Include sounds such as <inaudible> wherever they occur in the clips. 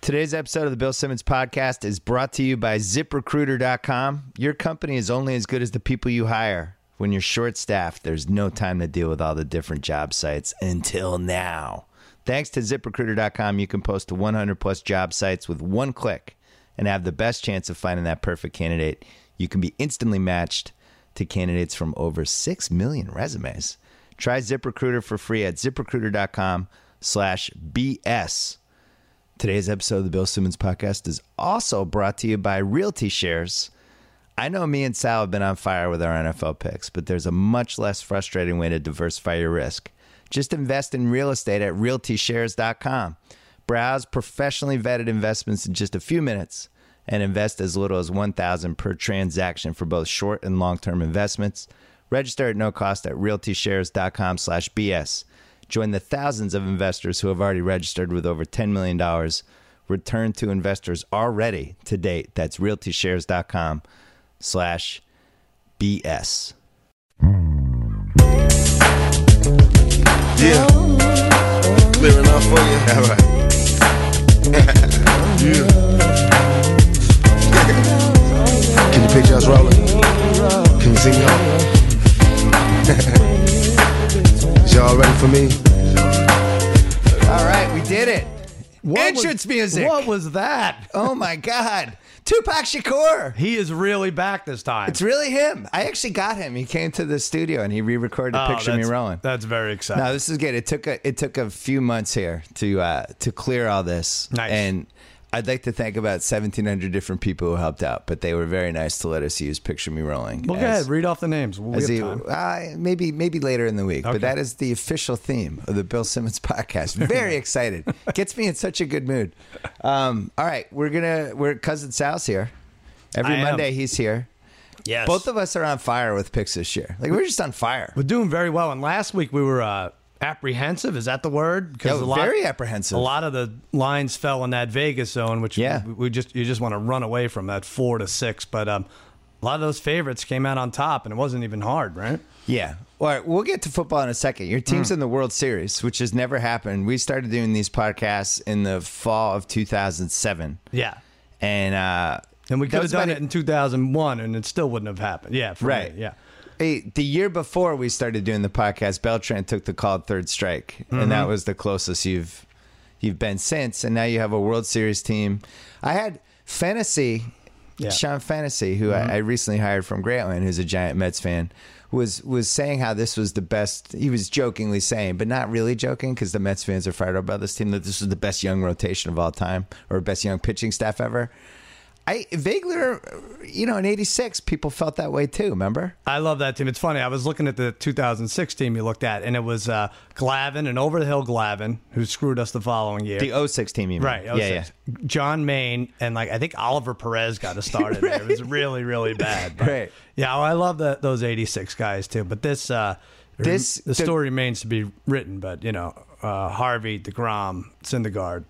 Today's episode of the Bill Simmons podcast is brought to you by ziprecruiter.com. Your company is only as good as the people you hire. When you're short staffed, there's no time to deal with all the different job sites until now. Thanks to ziprecruiter.com, you can post to 100 plus job sites with one click and have the best chance of finding that perfect candidate. You can be instantly matched to candidates from over 6 million resumes. Try ZipRecruiter for free at ziprecruiter.com slash BS. Today's episode of the Bill Simmons podcast is also brought to you by Realty Shares. I know me and Sal have been on fire with our NFL picks, but there's a much less frustrating way to diversify your risk. Just invest in real estate at realtyshares.com. Browse professionally vetted investments in just a few minutes and invest as little as 1000 per transaction for both short and long-term investments. Register at no cost at realtyshares.com slash BS. Join the thousands of investors who have already registered with over $10 million returned to investors already to date. That's realtyshares.com slash BS. Yeah. Clearing up for you. All right. <laughs> yeah. <laughs> Can you picture us rolling? Can you see me <laughs> on? Is y'all ready for me? All right, we did it. Entrance was, music. What was that? Oh my God. Tupac Shakur. He is really back this time. It's really him. I actually got him. He came to the studio and he re-recorded Oh, Picture Me that's- Rolling. That's very exciting. No, this is good. It took a it took a few months here to uh, to clear all this. Nice. And I'd like to thank about seventeen hundred different people who helped out, but they were very nice to let us use Picture Me Rolling. well, go ahead. Read off the names. We as have a- time. uh, maybe maybe later in the week, Okay. but that is the official theme of the Bill Simmons <laughs> <laughs> podcast. Very excited, gets me in such a good mood. Um, all right, we're gonna we're cousin Sal's here. Every I am. Monday he's here. Yes. Both of us are on fire with picks this year. Like we're just on fire. We're doing very well. And last week we were uh, apprehensive. Is that the word? Yeah, very apprehensive. A lot of the lines fell in that Vegas zone, which Yeah. we, we just you just want to run away from that four to six. But um, a lot of those favorites came out on top, and it wasn't even hard, right? Yeah. All right, we'll get to football in a second. Your team's Hmm. in the World Series, which has never happened. We started doing these podcasts in the fall of 2007. Yeah. And uh And we that could have was done about it in 2001, and it still wouldn't have happened. Yeah. For me, Right. yeah. Hey, the year before we started doing the podcast, Beltran took the called third strike, and that was the closest you've you've been since. And now you have a World Series team. I had Fantasy, Yeah. Sean Fantasy, who I, I recently hired from Grantland, who's a giant Mets fan, was was saying how this was the best. He was jokingly saying, but not really joking, because the Mets fans are fired up about this team. That this was the best young rotation of all time, or best young pitching staff ever. I vaguely, you know, in '86, people felt that way too. Remember? I love that team. It's funny. I was looking at the 2006 team you looked at, and it was uh, Glavin and over the hill Glavin, who screwed us the following year. The 06 team, you mean. right. Yeah, yeah. 06. John Main and like I think Oliver Perez got us started. there. <laughs> It was really really bad. But, Right. Yeah. Well, I love the, those 86 guys too. But this uh, This- the, story remains to be written. But you know uh, Harvey Degrom Syndergaard.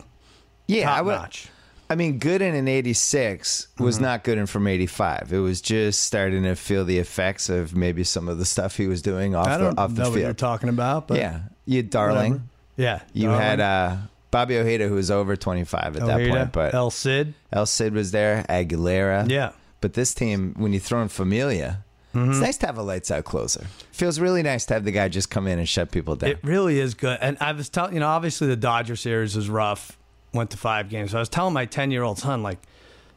Yeah, top I would. notch. Mm-hmm. I mean, Gooden in 86 was not Gooden from 85. It was just starting to feel the effects of maybe some of the stuff he was doing off I don't the, off know the what you're field. talking about, but yeah. You darling. whatever. yeah. You Darwin, had uh, Bobby Ojeda, who was over 25 at that Oh, Ojeda, point, but El-, El Cid. Cid was there, Aguilera. Yeah. Mm-hmm. But this team, when you throw in Familia, it's nice to have a lights out closer. Feels really nice to have the guy just come in and shut people down. It really is good. And I was telling, you know, obviously the Dodger series was rough, went to five games. So I was telling my 10 year old son, like,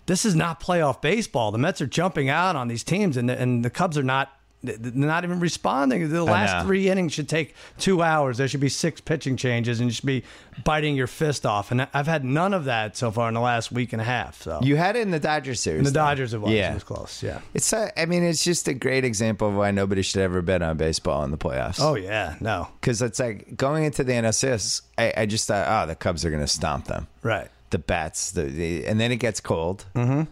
this is not playoff baseball. The Mets are jumping out on these teams, and the, and the Cubs are not. They're not even responding. The know. last three innings should take two hours. There should be six pitching changes, and you should be biting your fist off. And I've had none of that so far in the last week and a half. So you had it in the Dodgers series. the though. Dodgers have won. Yeah. It was close. Yeah. It's a, I mean, it's just a great example of why nobody should ever bet on baseball in the playoffs. Oh yeah. No. because it's like going into the NLCS, I, I just thought, oh, the Cubs are going to stomp them, Right. the bats, the, the and then it gets cold, mm-hmm.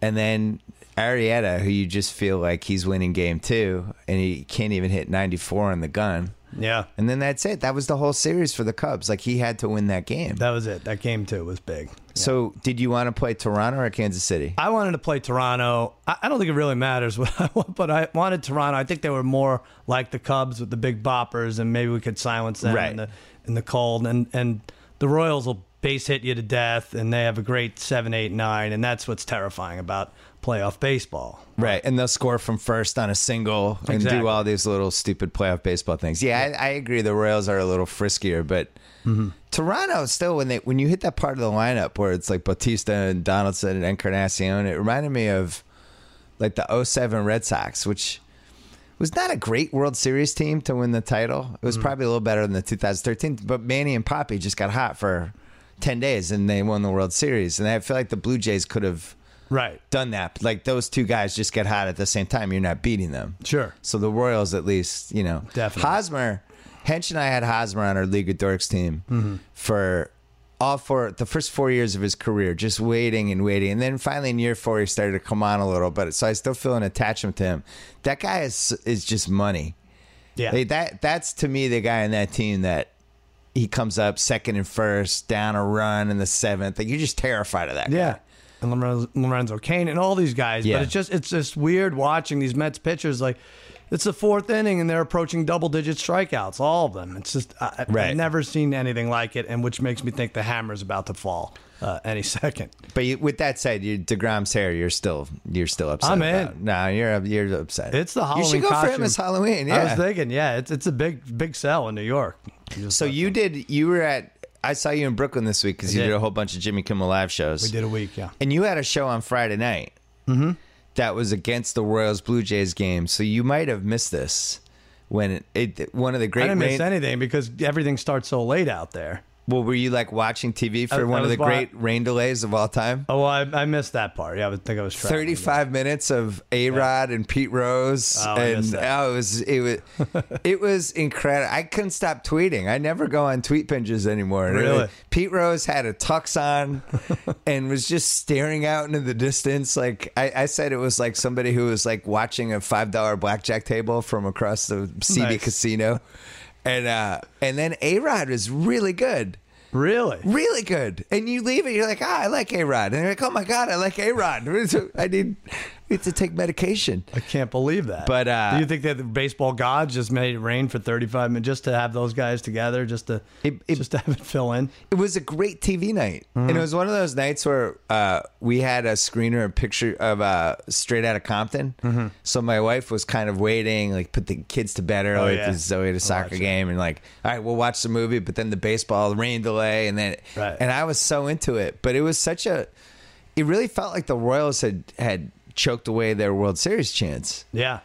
and then Arietta, who you just feel like he's winning game two, and he can't even hit ninety four on the gun, Yeah. and then that's it. That was the whole series for the Cubs. Like he had to win that game. That was it. That game too was big. So, did you want to play Toronto or Kansas City? I wanted to play Toronto. I, I don't think it really matters what <laughs> I want, but I wanted Toronto. I think they were more like the Cubs with the big boppers, and maybe we could silence them Right. in the in the cold. And and the Royals will base hit you to death, and they have a great seven, eight, nine, and that's what's terrifying about playoff baseball. Right, and they'll score from first on a single and do Exactly. all these little stupid playoff baseball things. Yeah, I, I agree. The Royals are a little friskier, but Toronto still when they when you hit that part of the lineup where it's like Batista and Donaldson and Encarnacion, it reminded me of like the 07 Red Sox, which was not a great World Series team to win the title. It was probably a little better than the 2013, but Manny and Poppy just got hot for 10 days and they won the World Series. And I feel like the Blue Jays could have Right. done that. Like those two guys just get hot at the same time. You're not beating them. Sure. So the Royals, at least, you know, Definitely. Hosmer, Hench and I had Hosmer on our League of Dorks team Mm-hmm. for all four, the first four years of his career, just waiting and waiting. And then finally in year four, he started to come on a little, but so I still feel an attachment to him. That guy is, is just money. Yeah. Like, that that's to me the guy in that team that he comes up second and first, down a run in the seventh. Like you're just terrified of that. guy. Yeah. And Lorenzo, Lorenzo Kane and all these guys. Yeah. But it's just it's just weird watching these Mets pitchers. Like, it's the fourth inning and they're approaching double digit strikeouts, all of them. It's just, I, Right. I've never seen anything like it, and which makes me think the hammer's about to fall uh, any <laughs> second. But you, with that said, you, Degrom's hair, you're still you're still upset. I'm about. in. No, you're you're upset. It's the Halloween You should go for him costume. as Halloween. Yeah. I was thinking, yeah, it's, it's a big, big sell in New York. so you did. You were at. I saw you in Brooklyn this week because you did. did a whole bunch of Jimmy Kimmel live shows. We did a Mm-hmm. week, yeah. And you had a show on Friday night that was against the Royals Blue Jays game. So you might have missed this when it, it one of the I great. didn't miss rain- anything because everything starts so late out there. well, were you like watching TV for I- I one of was the wa- great rain delays of all time? Oh, well, I, I missed that part. Yeah, I would think I was traveling. 35 minutes of A Rod and Pete Rose, Oh, I missed and that. oh, it was it <laughs> was it was incredible. I couldn't stop tweeting. I never go on tweet pinges anymore. And it Really? was- Pete Rose had a tux <laughs> on and was just staring out into the distance. Like I, I said, it was like somebody who was like watching a five dollar blackjack table from across the CB Nice. casino, and uh, and then A Rod was really good Really? really good. And you leave it, you're like, ah, I like A Rod. And you're like, oh my God, I like A <laughs> Rod. I need, I need to take medication. I can't believe that. But, uh, do you think that the baseball gods just made it rain for 35 minutes just to have those guys together, just to It- it- just to have it fill in? It was a great TV night. Mm-hmm. And it was one of those nights where uh, we had a screener, a picture of uh, Straight Out of Compton. Mm-hmm. So my wife was kind of waiting, like, put the kids to bed early. Oh, yeah. This is Zoe at a soccer game. And like, all right, we'll watch the movie, but then the baseball, the rain delay. And then, Right. and I was so into it. But it was such a, it really felt like the Royals had, had, Choked away their World Series chance. Yeah,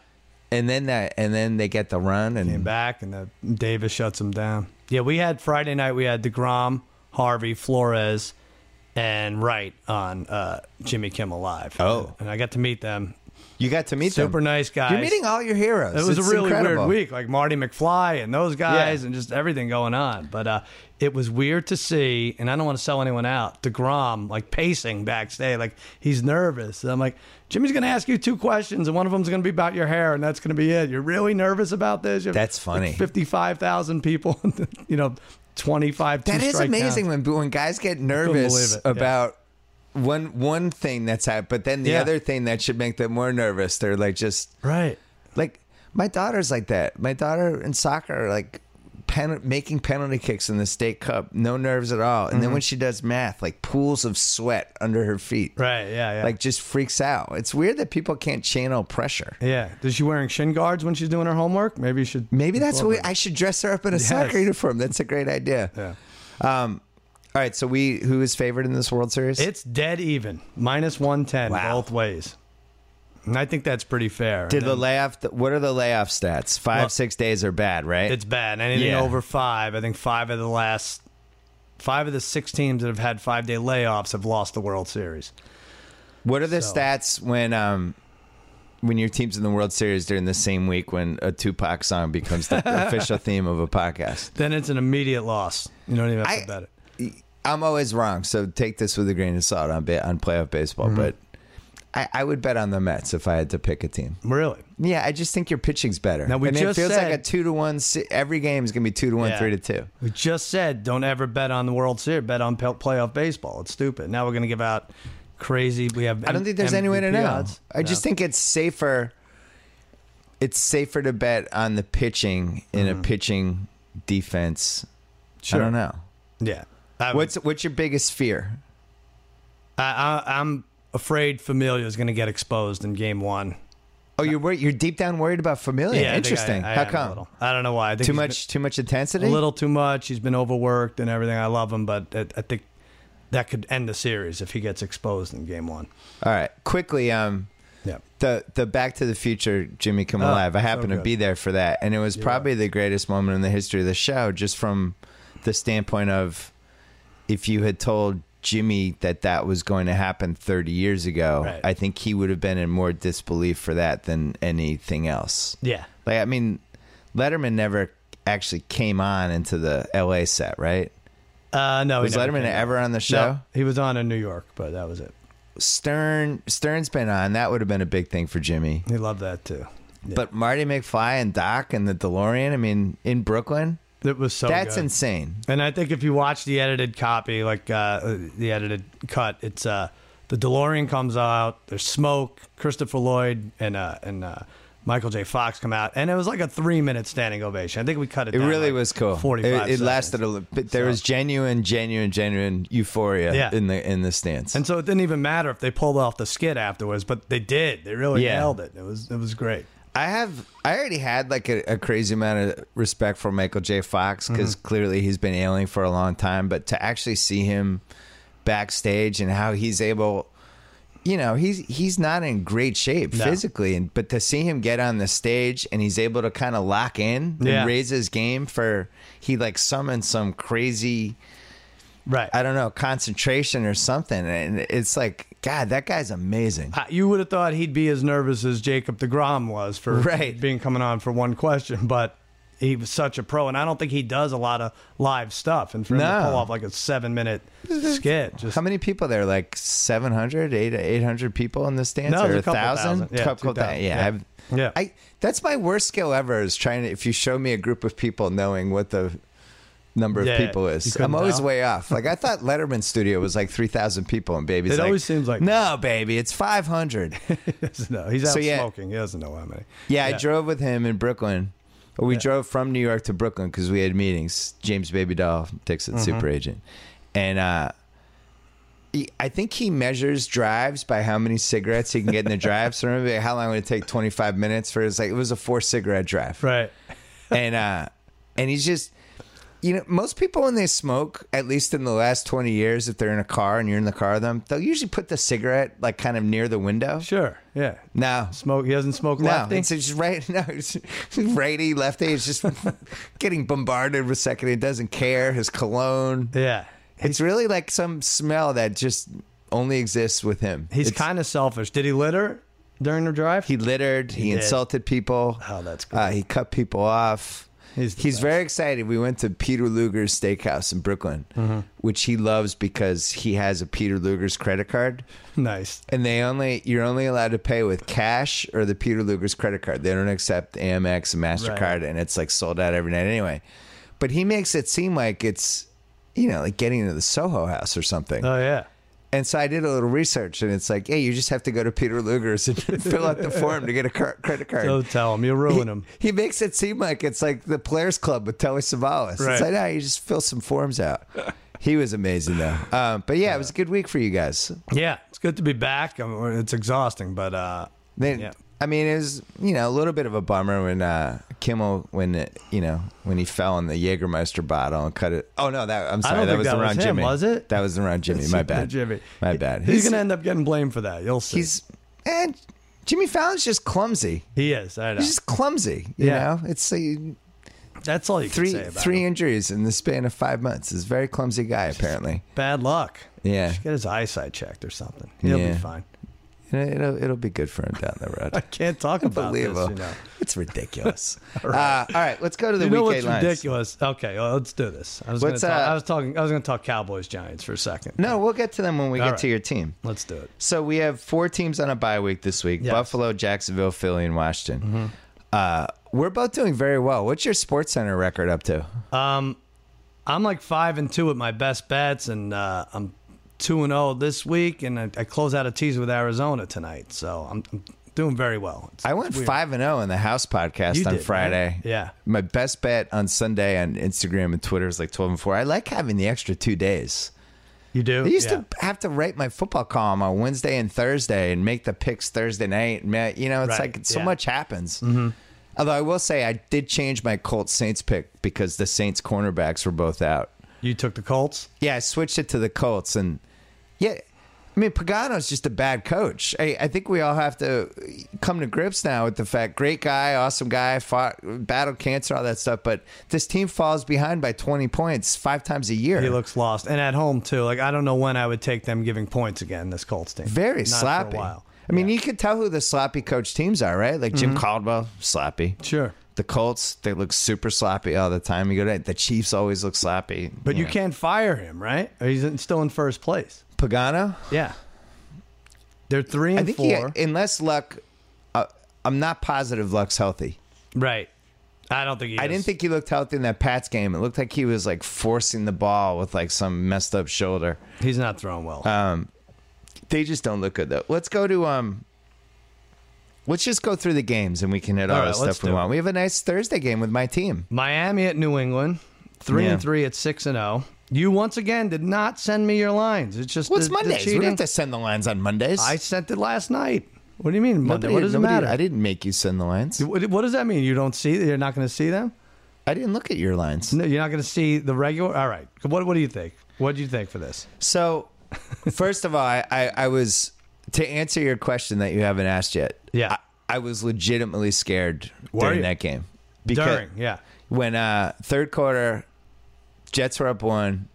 and then that and then they get the run and came back and the Davis shuts them down. Yeah, we had Friday night. We had Degrom, Harvey, Flores, and Wright on uh, Jimmy Kimmel Live. Oh. and I got to meet them. you got to meet them. Super nice guys. You're meeting all your heroes. It was It's a really incredible. weird week, like Marty McFly and those guys, Yeah. and just everything going on. But uh, it was weird to see, and I don't want to sell anyone out. Degrom like pacing backstage, like he's nervous. And I'm like, Jimmy's going to ask you two questions, and one of them's going to be about your hair, and that's going to be it. You're really nervous about this. You have, That's funny. Like, Fifty-five thousand people, <laughs> you know, twenty-five. That is two-strike amazing counts. when when guys get believe nervous it, yeah. about one one thing that's happened, but then the Yeah. other thing that should make them more nervous. They're like just right? like my daughter's like that. My daughter in soccer like pen, making penalty kicks in the state cup, no nerves at all. And Mm-hmm. then when she does math, like pools of sweat under her feet, Right? Yeah. Yeah. like just freaks out. It's weird that people can't channel pressure. yeah. Is she wearing shin guards when she's doing her homework? Maybe you should. Maybe that's what incorporate we, I should dress her up in a Yes. soccer uniform. That's a great idea. Yeah. Um, all right. So we who is favored in this World Series? It's dead even, minus one ten Wow. both ways, and I think that's pretty fair. Did And the layoff? What are the layoff stats? Five, Well, six days are bad, right? it's bad. Anything Yeah. over five, I think five of the last five of the six teams that have had five day layoffs have lost the World Series. what are the so- stats when um when your team's in the World Series during the same week when a Tupac song becomes <laughs> the official theme of a podcast? Then it's an immediate loss. You don't even have to I- bet it. I'm always wrong, so take this with a grain of salt on ba- on playoff baseball, Mm-hmm. but. I, I would bet on the Mets if I had to pick a team. Really? Yeah, I just think your pitching's better. Now, we and just it feels like said- a two to one. se- Every game is going to be two to one, Yeah. three to two. We just said don't ever bet on the World Series. Bet on pel- playoff baseball. It's stupid. Now we're going to give out crazy. We have. I don't think there's any way to know. I just think think it's safer. It's safer to bet on the pitching in a pitching defense. I Mm-hmm. Sure. don't know. yeah. I, What's what's your biggest fear? I, I, I'm afraid Familia is going to get exposed in game one. Oh, you're worried, you're deep down worried about Familia. I think Interesting. I- I How am a come? little. I don't know why. I think Too he's much too much intensity. been- a little too much. He's been overworked and everything. I love him, but I, I think that could end the series if he gets exposed in game one. All right, quickly. Um, Yeah. the the Back to the Future Jimmy Come Alive. I happened to Ah, good. be there for that, and it was probably the greatest moment in the history of the show, just from the standpoint of if you had told Jimmy that that was going to happen 30 years ago, Right. I think he would have been in more disbelief for that than anything else. Yeah. Like, I mean, Letterman never actually came on into the LA set, right? Uh, no, he Was never Letterman came ever back. on the No, show? he was on in New York, but that was it. Stern Stern's been on. That would have been a big thing for Jimmy. He loved that too. Yeah. But Marty McFly and Doc and the DeLorean, I mean, in Brooklyn, It was so. that's good. insane. And I think if you watch the edited copy, like uh, the edited cut, it's uh, the DeLorean comes out. There's smoke. Christopher Lloyd and uh, and uh, Michael J. Fox come out, and it was like a three minute standing ovation. I think we cut it. It down really like was cool. It, Forty it five. lasted a little bit. There So- was genuine, genuine, genuine euphoria Yeah. in the in the stance. And so it didn't even matter if they pulled off the skit afterwards, but they did. They really Yeah. nailed it. It was it was great. I have I already had like a, a crazy amount of respect for Michael J. Fox Mm-hmm. because clearly he's been ailing for a long time, but to actually see him backstage and how he's able you know, he's he's not in great shape No. physically and but to see him get on the stage and he's able to kind of lock in Yeah. and raise his game for he like summoned some crazy Right. I don't know, concentration or something. And it's like, God, that guy's amazing. Uh, you would have thought he'd be as nervous as Jacob DeGrom was for Right. being coming on for one question, <laughs> but he was such a pro, and I don't think he does a lot of live stuff. And for him to No. pull off like a <laughs> seven minute skit, just How many people there? Like 700, 800 people in the stands? No, it was or a couple thousand? thousand. Yeah, couple 2,000. thou- Yeah. Yeah. I've- Yeah. I, that's my worst skill ever is trying to, if you show me a group of people, knowing what the number of Yeah, people you is. couldn't I'm always tell? way off. Like I thought Letterman Studio was like 3,000 people and babies. It always seems like- No, baby, it's 500. <laughs> no, he's out So, yeah. smoking. He doesn't know how many. Yeah, Yeah. I drove with him in Brooklyn. We Yeah. drove from New York to Brooklyn because we had meetings. James Baby Doll, Dixon, Mm-hmm. super agent, and uh, he, I think he measures drives by how many cigarettes he can get in the drive. So remember like, how long would it take? Twenty five minutes for it's like it was a four cigarette drive, Right. and uh, and he's just. You know, most people when they smoke, at least in the last twenty years, if they're in a car and you're in the car with them, they'll usually put the cigarette like kind of near the window. Sure. Yeah. No, Smoke. He doesn't smoke no, lefty. it's just right. <laughs> No, it's righty, lefty. It's <laughs> just getting bombarded with second. He doesn't care. His cologne. yeah. It's really like some smell that just only exists with him. He's It's- kind of selfish. Did he litter during the drive? He littered. He, did. insulted people. Oh, that's great. Uh, he cut people off. He's He's, the best. very excited. We went to Peter Luger's steakhouse in Brooklyn, Mm-hmm. which he loves because he has a Peter Luger's credit card. <laughs> nice. And they only you're only allowed to pay with cash or the Peter Luger's credit card. They don't accept Amex and Mastercard, Right. and it's like sold out every night anyway. But he makes it seem like it's you know like getting into the Soho House or something. Oh yeah. and so I did a little research, and it's like, hey, you just have to go to Peter Luger's and <laughs> fill out the form to get a car- credit card. Don't tell him. You'll he, ruin him. he makes it seem like it's like the Players Club with Telly Savalas. Right. It's like, no, you just fill some forms out. He was amazing though. Um, but yeah, it was a good week for you guys. Yeah. It's good to be back. I mean, it's exhausting, but uh, Then Yeah. I mean, it was you know a little bit of a bummer when uh, Kimmel when uh, you know when he fell on the Jägermeister bottle and cut it. Oh no, that I'm sorry, don't that think was that was around him, Jimmy. was it? That was <laughs> around Jimmy. My bad, Jimmy. My bad. He's, gonna end up getting blamed for that. You'll <laughs> see. he's and Jimmy Fallon's just clumsy. he is. I know. He's just clumsy. You Yeah. know, it's like That's all you three can say about three him. injuries in the span of five months. He's a very clumsy guy <laughs> apparently. Bad luck. Yeah. Should Get his eyesight checked or something. He'll Yeah. be fine. It'll it'll be good for him down the road. I can't talk <laughs> about this. You know, Unbelievable. you know It's <laughs> ridiculous. uh, all right, let's go to the what's weekend lines. ridiculous? Okay, well, let's do this. I was What's, gonna talk, uh, I was talking. I was gonna talk Cowboys Giants for a second. No, we'll get to them when we All get to right. your team. Let's do it. So we have four teams on a bye week this week: Yes. Mm-hmm. Buffalo, Jacksonville, Philly, and Washington. Uh, we're both doing very well. What's your Sports Center record up to? I'm like five and two at my best bets, and uh, oh I'm two and zero this week, and I, I close out a teaser with Arizona tonight. So I'm, I'm doing very well. It's I went weird. five and zero in the house podcast You on did, right? Friday. Yeah. my best bet on Sunday on Instagram and Twitter is like twelve and four. I like having the extra two days. You do. I used Yeah. to have to write my football column on Wednesday and Thursday and make the picks Thursday night. And ma- You know, it's Right, like so yeah. much happens. Mm-hmm. Although I will say I did change my Colts Saints pick because the Saints cornerbacks were both out. You took the Colts. Yeah, I switched it to the Colts, and yeah, I mean Pagano's just a bad coach. I, I think we all have to come to grips now with the fact: great guy, awesome guy, fought, battled cancer, all that stuff. But this team falls behind by twenty points five times a year. He looks lost, and at home too. Like I don't know when I would take them giving points again. This Colts team very Not sloppy. For a while. Mm-hmm. I mean, you could tell who the sloppy coach teams are, right? Like Jim Caldwell, sloppy. Sure. The Colts, they look super sloppy all the time. You go to the Chiefs, always look sloppy. But you know. can't fire him, right? Or He's in- still in first place. Pagano. Yeah. They're three and I think he, four. unless Luck, uh, I'm not positive Luck's healthy. right. I don't think he I is. didn't think he looked healthy in that Pats game. It looked like he was like forcing the ball with like some messed up shoulder. he's not throwing well. Uh, They just don't look good though. Let's go to um. Let's just go through the games and we can hit all, All right, the let's stuff we do it. want. We have a nice Thursday game with my team. Miami at New England, three Yeah. and three at six and zero. You once again did not send me your lines. It's just What's the- the Mondays? We cheating. don't have to send the lines on Mondays. I sent it last night. What do you mean Monday? Nobody- What does it nobody- matter? I didn't make you send the lines. what, what does that mean? You don't see? You're not going to see them? I didn't look at your lines. No, you're not going to see the regular. All right. What What do you think? What do you think for this? So, first of all, I, I, I was to answer your question that you haven't asked yet. Yeah. I, I was legitimately scared Were during you? that game During, yeah, when uh, third quarter, Jets were up one.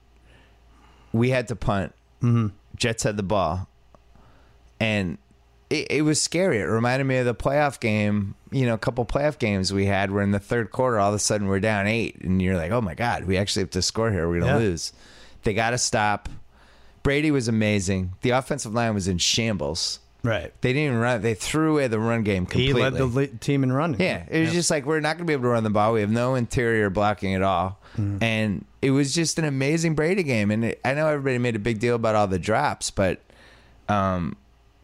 We had to punt. Mm-hmm. Jets had the ball, and it, it was scary. It reminded me of the playoff game. You know, a couple playoff games we had where in the third quarter, all of a sudden we're down eight, and you're like, "Oh my god, we actually have to score here. We're gonna Yeah. lose." They got to stop. Brady was amazing. The offensive line was in shambles. right. They didn't even run. They threw away the run game He completely. led the le- team in running. Yeah, it was just like we're not going to be able to run the ball. We have no interior blocking at all, Mm-hmm. and it was just an amazing Brady game. And it, I know everybody made a big deal about all the drops, but um,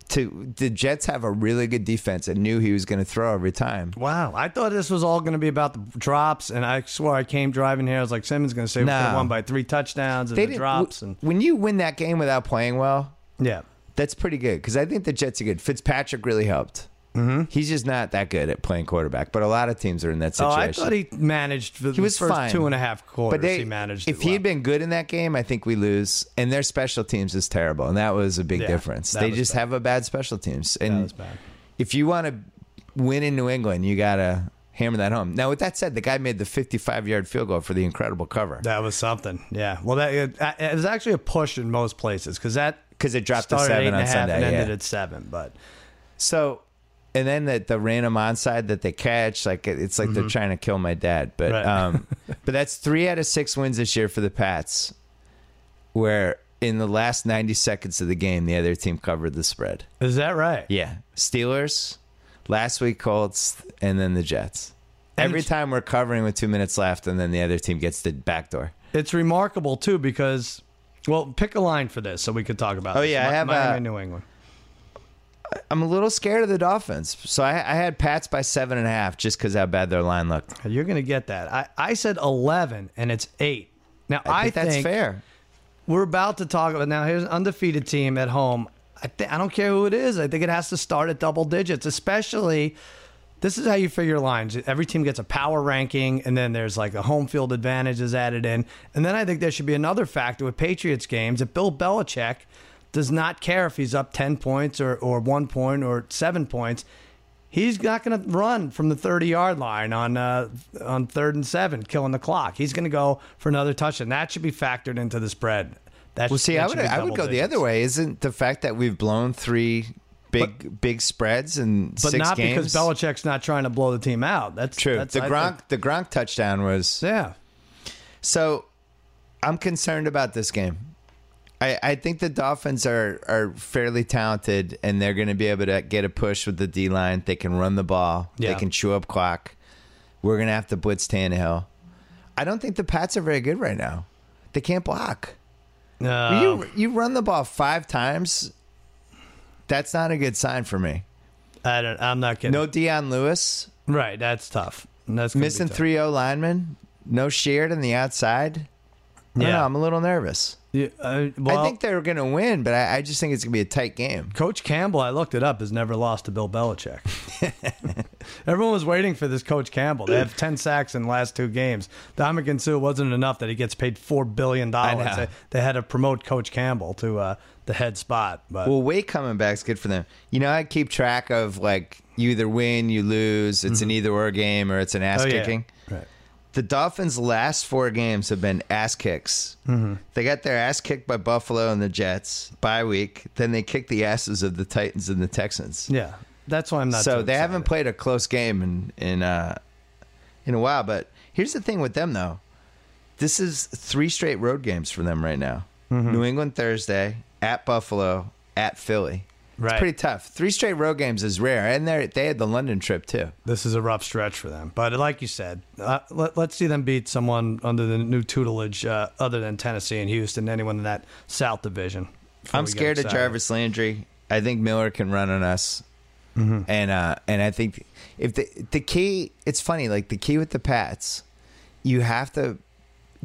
to the Jets have a really good defense and knew he was going to throw every time. Wow, I thought this was all going to be about the drops, and I swore I came driving here. I was like, Simmons going to say we No. could've won by three touchdowns and They the didn't- drops, and when you win that game without playing well, yeah, that's pretty good because I think the Jets are good. Fitzpatrick really helped. Mm-hmm. He's just not that good at playing quarterback, but a lot of teams are in that Oh, situation. I thought he managed. The, He was first fine. two and a half quarters. But they, he managed. If it he well. had been good in that game, I think we lose. And their special teams is terrible, and that was a big Yeah, difference. that They was just bad. have a bad special teams. And that was bad. if you want to win in New England, you gotta hammer that home. Now, with that said, the guy made the 55-yard field goal for the incredible cover That was something. Yeah. Well, that it, uh, it was actually a push in most places because that because it dropped to started at eight seven and a on half Sunday. and yeah. ended at seven. But So, and then the, the random onside that they catch, like it- it's like they're trying to kill my dad. But Mm-hmm. Right. <laughs> um, but that's three out of six wins this year for the Pats, where in the last ninety seconds of the game, the other team covered the spread. is that right? Yeah, Steelers, last week Colts, and then the Jets. And Every it's- time we're covering with two minutes left, and then the other team gets the back door. It's remarkable too because, well, pick a line for this so we could talk about. Oh, this. yeah, I Mi- have, Miami, uh, New England. I'm a little scared of the Dolphins, so I, I had Pats by seven and a half just because how bad their line looked. You're gonna get that. I I said eleven and it's eight. Now I I, think that's think fair. we're about to talk about now. Here's an undefeated team at home. I th- I don't care who it is. I think it has to start at double digits, especially. This is how you figure lines. Every team gets a power ranking, and then there's like a home field advantage is added in. And then I think there should be another factor with Patriots games that Bill Belichick does not care if he's up 10 points or, or one point or seven points. He's not going to run from the 30 yard line on uh, on third and seven, killing the clock. He's going to go for another touchdown. That should be factored into the spread. That Well, see, that I should would be I would double go the digits. other way. Isn't the fact that we've blown three big big spreads in But six not games? because Belichick's not trying to blow the team out. That's True. That's, the I Gronk think- the Gronk touchdown was yeah. so. I'm concerned about this game. I, I think the Dolphins are are fairly talented, and they're going to be able to get a push with the D line. They can run the ball. Yeah. They can chew up clock. We're going to have to blitz Tannehill. I don't think the Pats are very good right now. They can't block. No. you you run the ball five times. That's not a good sign for me. I don't, I'm not getting No Deion Lewis, right. That's tough. That's gonna be missing tough. three O linemen, no shared on the outside. I don't Yeah. know, I'm a little nervous. Yeah, uh, well, I think they're going to win, but I, I just think it's going to be a tight game. Coach Campbell, I looked it up, has never lost to <laughs> Bill Belichick. Everyone was waiting for this Coach Campbell. They have 10 sacks in the last two games. Dominican Sue wasn't enough that he gets paid $4 billion. know. They, they had to promote Coach Campbell to uh, the head spot. But Well, Wake coming back's good for them. You know, I keep track of like you either win, you lose. It's an either or game, or it's an ass Mm-hmm. Oh, yeah. kicking. Right. The Dolphins' last four games have been ass kicks. Mm-hmm. They got their ass kicked by Buffalo and the Jets by week. Then they kicked the asses of the Titans and the Texans. yeah, that's why I'm not so too they haven't excited. played a close game in in uh, in a while. But here's the thing with them though, this is three straight road games for them right now. Mm-hmm. New England Thursday at Buffalo at Philly. It's Right. pretty tough. Three straight road games is rare, and they they had the London trip too. This is a rough stretch for them. But like you said, uh, let, let's see them beat someone under the new tutelage uh, other than Tennessee and Houston, anyone in that South Division. before I'm we get scared of excited. Jarvis Landry. I think Miller can run on us, Mm-hmm. and uh, and I think if the the key, it's funny. Like the key with the Pats, you have to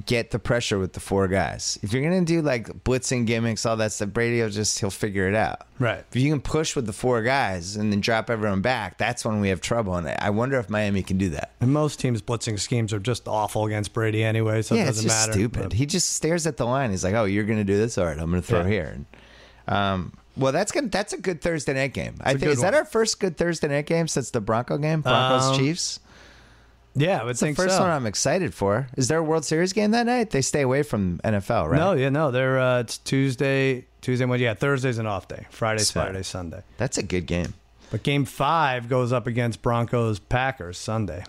get the pressure with the four guys. If you're gonna do like blitzing gimmicks, all that stuff, Brady will just he'll figure it out. Right. If you can push with the four guys and then drop everyone back, that's when we have trouble. And I wonder if Miami can do that. And most teams' blitzing schemes are just awful against Brady anyway, so it yeah, it's doesn't just matter. stupid. But- He just stares at the line. He's like, "Oh, you're going to do this? All right, I'm going to throw Yeah. here." And, um, well, that's gonna, that's a good Thursday night game. I a think good is that one. our first good Thursday night game since the Bronco game, Broncos Um, Chiefs. yeah, I would It's the think first so. one I'm excited for. Is there a World Series game that night? They stay away from NFL, right? No, yeah, no. They're uh, it's Tuesday, Tuesday, Wednesday. Yeah, Thursday's an off day. Friday's So- Saturday, Sunday. that's a good game. But game five goes up against Broncos Packers Sunday.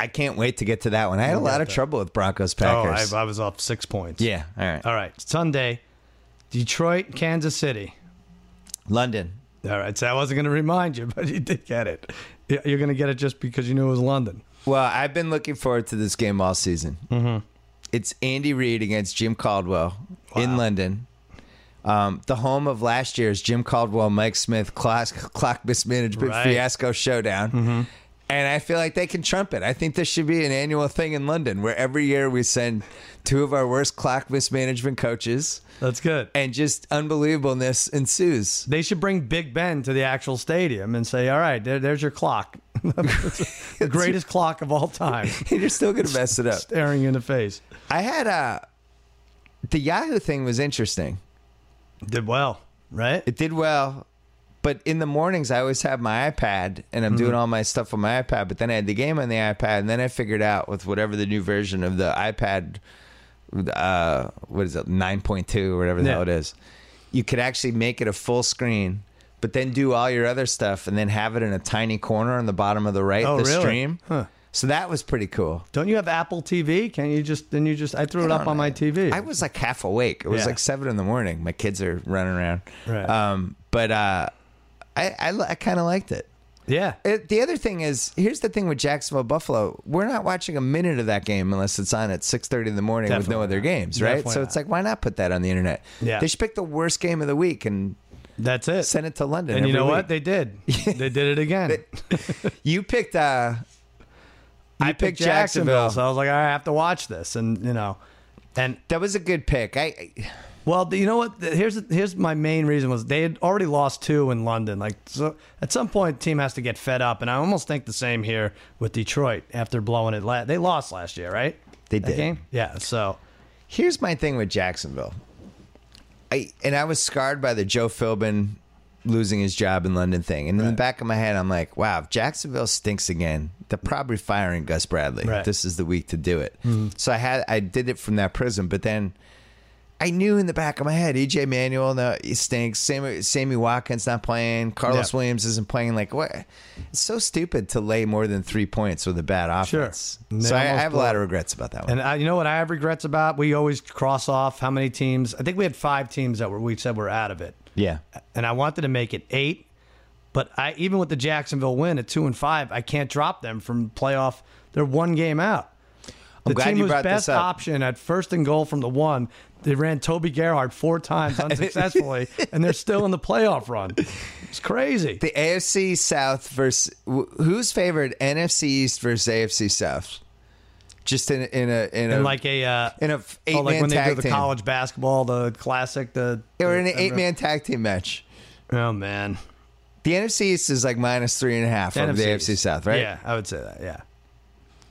I can't wait to get to that one. I had a lot of that. trouble with Broncos Packers. Oh, I, Uh, I was up six points. yeah, all right. All right, Sunday, Detroit, Kansas City. London. All right, so I wasn't going to remind you, <laughs> but you did get it. You- You're going to get it just because you knew it was London. Well, I've been looking forward to this game all season. Mm-hmm. It's Andy Reid against Jim Caldwell in London, um, the home of last year's Jim Caldwell Mike Smith clock, clock mismanagement Right. fiasco showdown. And I feel like they can trump it. I think this should be an annual thing in London where every year we send two of our worst clock mismanagement coaches That's good. and just unbelievableness ensues. <laughs> They should bring Big Ben to the actual stadium and say, "All right, there, there's your clock, <laughs> the greatest clock of <laughs> all time, And you're still going to mess it up. staring you in the face." I had uh, the Yahoo thing was interesting. Did well, right? It did well, but in the mornings I always have my iPad and I'm Mm-hmm. doing all my stuff on my iPad. But then I had the game on the iPad, and then I figured out with whatever the new version of the iPad, uh, what is it, nine point two or whatever the Yeah. hell it is, you could actually make it a full screen. But then do all your other stuff and then have it in a tiny corner on the bottom of the right, Oh, the really? stream. Huh. So that was pretty cool. Don't you have Apple TV? Can you just? Then you just? I threw it up on my TV. I was like half awake. It was Yeah. like seven in the morning. My kids are running around. Right. Um, but uh, I I, li- I kind of liked it. yeah. it. The other thing is, here's the thing with Jacksonville Buffalo. We're not watching a minute of that game unless it's on at six thirty in the morning with no Definitely other not. games, right? Definitely so not. it's like, why not put that on the internet? Yeah. They should pick the worst game of the week and That's it. send it to London. and you every know week. what? <laughs> They did. they did it again. you picked. Uh, I You picked, Jacksonville. so I was like, "All right, I have to watch this, and you know, and That was a good pick. I Well, th- you know what? Th- Here's here's my main reason was they had already lost two in London. Like so, at some point, the team has to get fed up, and I almost think the same here with Detroit after blowing it. La- they lost last year, right? They That did. game? Yeah. So Here's my thing with Jacksonville. I and I was scarred by the Joe Philbin losing his job in London thing. And in the back of my head, I'm like, wow, if Jacksonville stinks again, they're probably firing Gus Bradley. Right. Mm-hmm. This is the week to do it. So I had I did it from that prism, but then I knew in the back of my head, EJ Manuel no, he stinks. Sammy, Sammy Watkins not playing. Carlos Yeah. Williams isn't playing. Like what? It's so stupid to lay more than three points with a bad Sure. offense. And they So I, I almost have a blew lot it. of regrets about that one. And I, you know what I have regrets about? We always cross off how many teams. I think we had five teams that were we said were out of it, yeah. and I wanted to make it eight. But I even with the Jacksonville win at two and five, I can't drop them from playoff. They're one game out. The glad team you was brought this best up. option at first and goal from the one. <laughs> They ran Toby Gerhardt four times unsuccessfully, and they're still in the playoff run. It's crazy. The AFC South versus wh- who's favored? NFC East versus AFC South. Just in in a in a and like a uh, in a eight oh, like man when they do tag the team college basketball, the classic, the or in an eight man tag team match. Oh man, The NFC East is like minus three and a half over the AFC South, right? Yeah, I would say that. Yeah.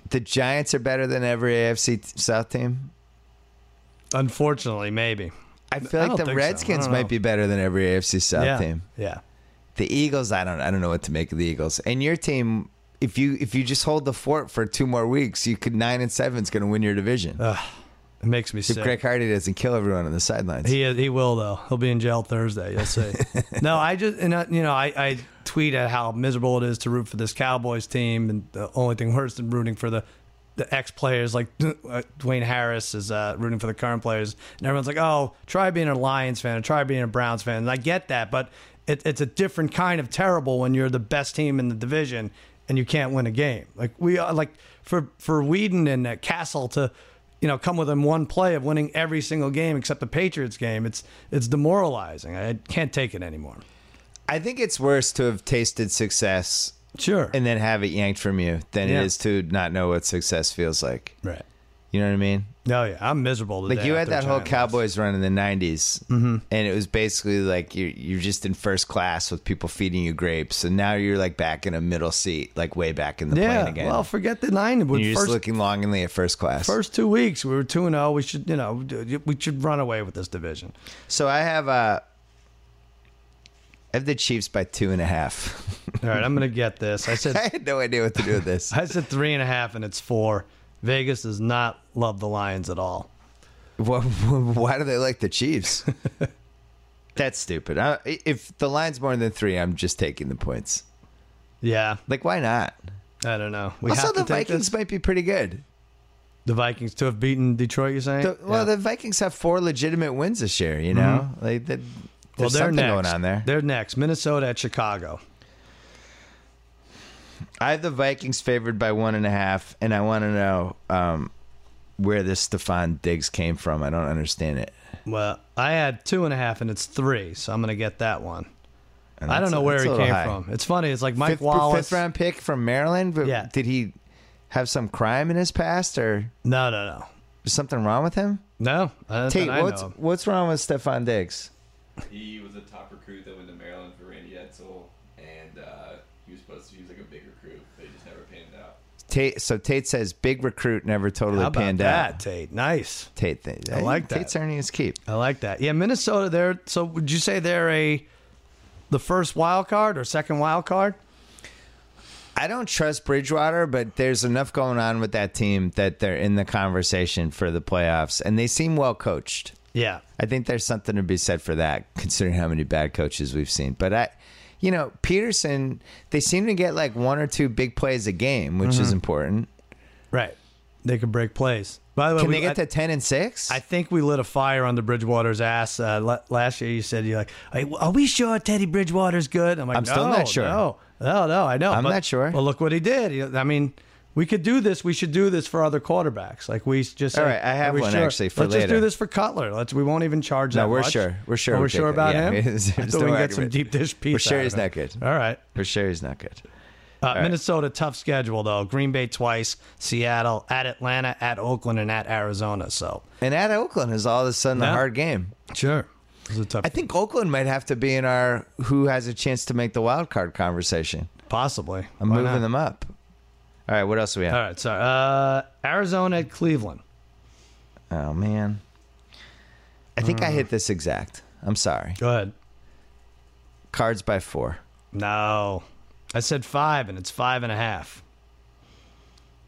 The Giants are better than every AFC t- South team. Unfortunately, maybe. I feel I like the don't think so. I Redskins don't might know. be better than every AFC South yeah. team. Yeah. The Eagles, I don't I don't know what to make of the Eagles. And your team, if you if you just hold the fort for two more weeks, you could nine and seven is going to win your division. It makes me if sick. Greg Hardy doesn't kill everyone on the sidelines. He he will though. He'll be in jail Thursday. You'll see. no, I just and I, you know I, I tweet at how miserable it is to root for this Cowboys team, and the only thing worse than rooting for the the ex players like <laughs> uh, Dwayne Harris is uh, rooting for the current players, and everyone's like, oh, try being a Lions fan, or try being a Browns fan, and I get that, but it, it's a different kind of terrible when you're the best team in the division and you can't win a game. Like we are like for for Whedon and uh, Castle to you know, come within one play of winning every single game except the Patriots game. It's it's demoralizing. I can't take it anymore. I think it's worse to have tasted success Sure. and then have it yanked from you than Yeah. it is to not know what success feels like. right. You know what I mean? No, yeah, I'm miserable. Like you had that whole Cowboys run in the '90s, Mm-hmm. and it was basically like you you're just in first class with people feeding you grapes, and now you're like back in a middle seat, like way back in the plane Yeah. again. Well, forget the nine. and you're With just first looking longingly at first class. first two weeks, we were two and zero. We should, you know, we should run away with this division. so I have uh, I have the Chiefs by two and a half. <laughs> All right, I'm gonna get this. I said I had no idea what to do with this. <laughs> I said three and a half, and it's four. Vegas does not love the Lions at all. Why, why do they like the <laughs> Chiefs? That's stupid. I, if the line's more than three, I'm just taking the points. Yeah, Like, why not? I don't know. We also, have to the take Vikings this? might be pretty good. the Vikings to have beaten Detroit. You're saying? The, well, Yeah. Mm-hmm. the Vikings have four legitimate wins this year. You know, like that. There's well, they're something next. going on there. They're next. Minnesota at Chicago. I have the Vikings favored by one and a half, and I want to know um, where this Stefan Diggs came from. I don't understand it. Well, I had two and a half, and it's three, so I'm going to get that one. And I that's- don't know where that's he a little came high. from. It's funny. It's like Mike Fifth, Wallace. fifth round pick from Maryland. But Yeah. Did he have some crime in his past, or No, no, no, is something wrong with him? no. That's Tate, what I what's know. what's wrong with Stefan Diggs? He was a top recruit that went to Maryland for Randy Edsel, and uh, he was supposed to. He was like a big recruit, but he just never panned out. Tate, so Tate says big recruit never totally How about panned that, out. Tate? Nice. Tate, thing. I like that. Tate's earning his keep. I like that. Yeah, Minnesota. They're so. Would you say they're a the first wild card or second wild card? I don't trust Bridgewater, but there's enough going on with that team that they're in the conversation for the playoffs, and they seem well coached. Yeah. I think there's something to be said for that, considering how many bad coaches we've seen. But I, you know, Peterson, they seem to get like one or two big plays a game, which Mm-hmm. is important. Right. They could break plays. By the way, Can we- they get to I- ten and six? I think we lit a fire under Bridgewater's ass uh, la- last year. You said you're like, "Hey, are we sure Teddy Bridgewater's good? I'm like, I'm still "No, not sure." No, no, no, I know. I'm not sure. Well, look what he did. He- I mean, we could do this. We should do this for other quarterbacks. Like we just. say, All right, I have "Are we one sure?" actually for Let's just later. do this for Cutler. Let's. We won't even charge No, that. we're much. sure. We're sure Oh, we we're take sure it. about Yeah, <laughs> him. there's <laughs> I no thought we can get some argument. deep dish pizza. We're sure out he's of not it. good. All right. For sure, he's not good. Uh, Minnesota, tough schedule though. Green Bay twice, Seattle, at Atlanta, at Oakland, and at Arizona. So And at Oakland is all of a sudden a Yeah. hard game. sure, this is a tough. I think Oakland might have to be in our who has a chance to make the wild card conversation. Possibly. I'm Why moving not? them up. All right, what else do we have? All right, sorry. Uh, Arizona at Cleveland. Oh man, I think Mm. I hit this exact. I'm sorry. Go ahead. Cards by four. No, I said five, and it's five and a half.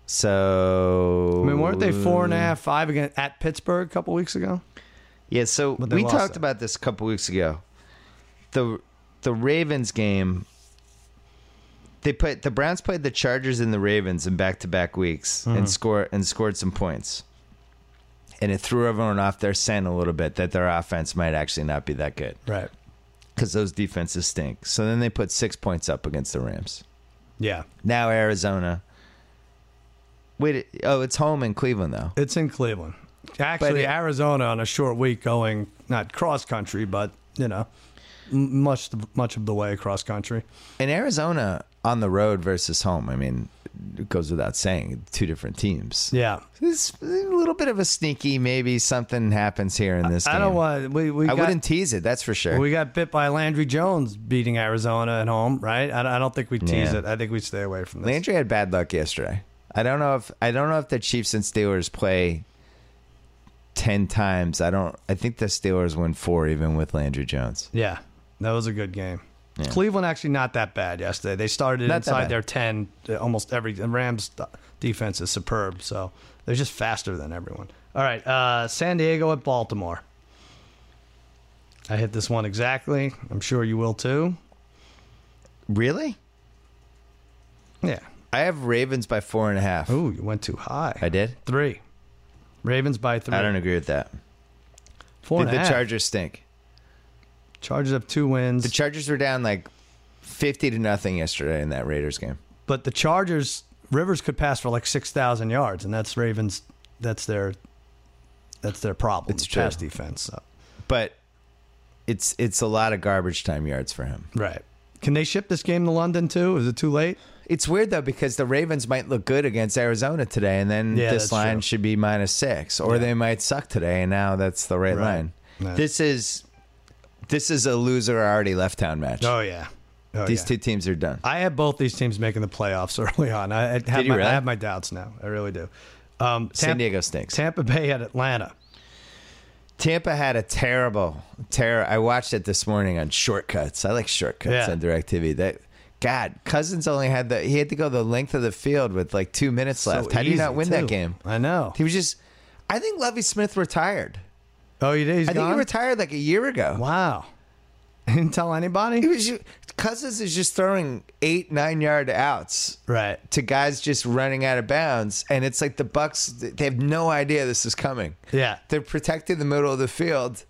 So I mean, weren't they four and a half, five again at Pittsburgh a couple weeks ago? Yeah, so they we lost talked that. about this a couple weeks ago. The the Ravens game they put the Browns played the Chargers and the Ravens in back to back weeks Mm-hmm. and score and scored some points. And it threw everyone off their scent a little bit that their offense might actually not be that good Right. because those defenses stink. So then they put six points up against the Rams. Yeah, Now Arizona. Wait, oh, it's home in Cleveland though. it's in Cleveland. Actually, it- Arizona on a short week going not cross country, but you know, m- much much of the way across country. In Arizona, on the road versus home, I mean, it goes without saying, two different teams. Yeah, It's a little bit of a sneaky, maybe something happens here in this I don't game. want we we I got, wouldn't tease it, that's for sure. we got bit by Landry Jones beating Arizona at home, right? I, don't- I don't think we tease Yeah. it. I think we stay away from this. Landry had bad luck yesterday. I don't know if I don't know if the Chiefs and Steelers play ten times. I don't. I think the Steelers win four, even with Landry Jones. Yeah, that was a good game. Cleveland actually not that bad yesterday. They started Not that inside bad. their ten uh, almost every. The Rams d- defense is superb, so they're just faster than everyone. All right, uh, San Diego at Baltimore. I hit this one exactly. I'm sure you will too. Really? Yeah. I have Ravens by four and a half. Ooh, you went too high. I did. Three. Ravens by three. I don't agree with that. Four Did and a the half. Chargers stink? Chargers have two wins. The Chargers were down like fifty to nothing yesterday in that Raiders game. but the Chargers Rivers could pass for like six thousand yards, and that's Ravens. That's their that's their problem. It's pass true. defense. So. But it's it's a lot of garbage time yards for him. Right? Can they ship this game to London too? Is it too late? It's weird though because the Ravens might look good against Arizona today, and then Yeah, this that's line true. should be minus six, or Yeah. they might suck today, and now that's the right, Right. line. Yeah. This is this is a loser already left town match. Oh yeah. Oh, These yeah. two teams are done. I have both these teams making the playoffs <laughs> early on. I, I have, my, you really? I have my doubts now. I really do. Um, San Tampa- Diego stinks. Tampa Bay at Atlanta. Tampa had a terrible terror. I watched it this morning on shortcuts. I like shortcuts Yeah. on Directv. That God, Cousins only had the he had to go the length of the field with like two minutes left. So How do you easy, not win that too. game? I know. He was just. I think Lovey Smith retired. Oh, you did. I think he retired like a year ago. wow. <laughs> Didn't tell <laughs> anybody. He was ju- Cousins is just throwing eight nine yard outs Right. to guys just running out of bounds, and it's like the Bucks they have no idea this is coming. Yeah. They're protecting the middle of the field.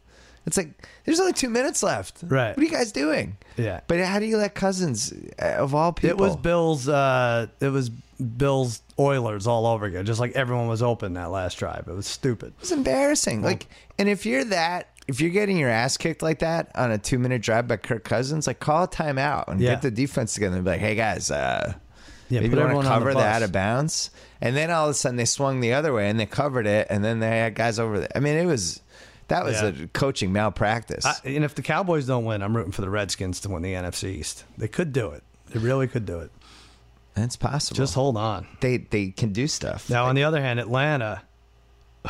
It's like there's only two minutes left. What Right. are you guys doing? Yeah. But how do you let Cousins uh, of all people? It was Bills. Uh, it was Bills Oilers all over again. Just like everyone was open that last drive. It was stupid. It's embarrassing. Like, and if you're that, if you're getting your ass kicked like that on a two minute drive by Kirk Cousins, like call a timeout and Yeah. get the defense together and be like, hey guys, uh, Yeah, maybe put you want everyone to on the cover the, bus. out of bounds. And then all of a sudden they swung the other way and they covered it, and then they had guys over there. I mean, it was that was Yeah. a coaching malpractice. I, and if the Cowboys don't win, I'm rooting for the Redskins to win the NFC East. They could do it. They really could do it. That's possible. Just hold on. they they can do stuff. Now, on the other hand, Atlanta.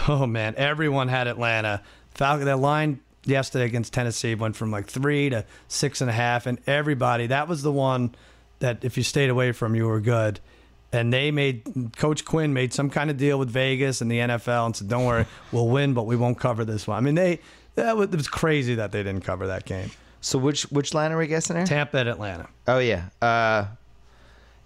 Oh man, everyone had Atlanta. Falcon. That line yesterday against Tennessee went from like three to six and a half, and everybody. That was the one that if you stayed away from, you were good. And they made Coach Quinn made some kind of deal with Vegas and the NFL and said, "Don't worry, we'll win, but we won't cover this one." I mean, they that was, it was crazy that they didn't cover that game. So which which line are we guessing there? Tampa at Atlanta. Oh yeah. Uh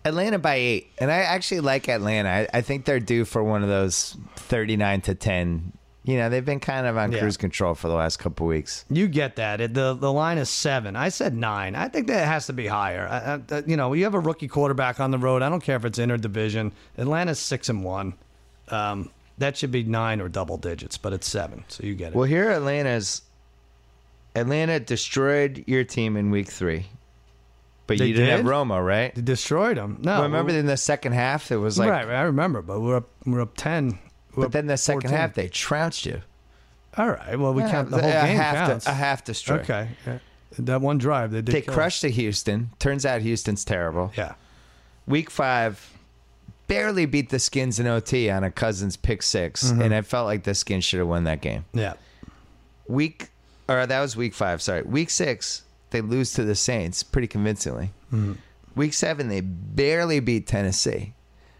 Atlanta by eight. And I actually like Atlanta. I, I think they're due for one of those thirty nine to ten. You know, they've been kind of on Yeah. cruise control for the last couple weeks. You get that. It, the The line is seven. I said nine. I think that has to be higher. I, I, that- you know, you have a rookie quarterback on the road. I don't care if it's inner division. Atlanta's six and one. Um, that should be nine or double digits, but it's seven. So you get it. Well here Atlanta's Atlanta destroyed your team in week three. But They you didn't did? have Roma, right? they destroyed them. No, Well, remember in the second half it was like right, right, I remember. But we're up. We're up ten. We're but up then the second 14. half they trounced you. All right. Well, we Yeah, count the whole a game half counts. To, a half destroy. okay. Yeah. That one drive they did. They kill crushed the Houston. Turns out Houston's terrible. us. Yeah. week five barely beat the skins in ot on a cousin's pick 6 Mm-hmm. and i felt like the skins should have won that game Yeah. week or that was week five sorry week six they lose to the saints pretty convincingly week seven they barely beat tennessee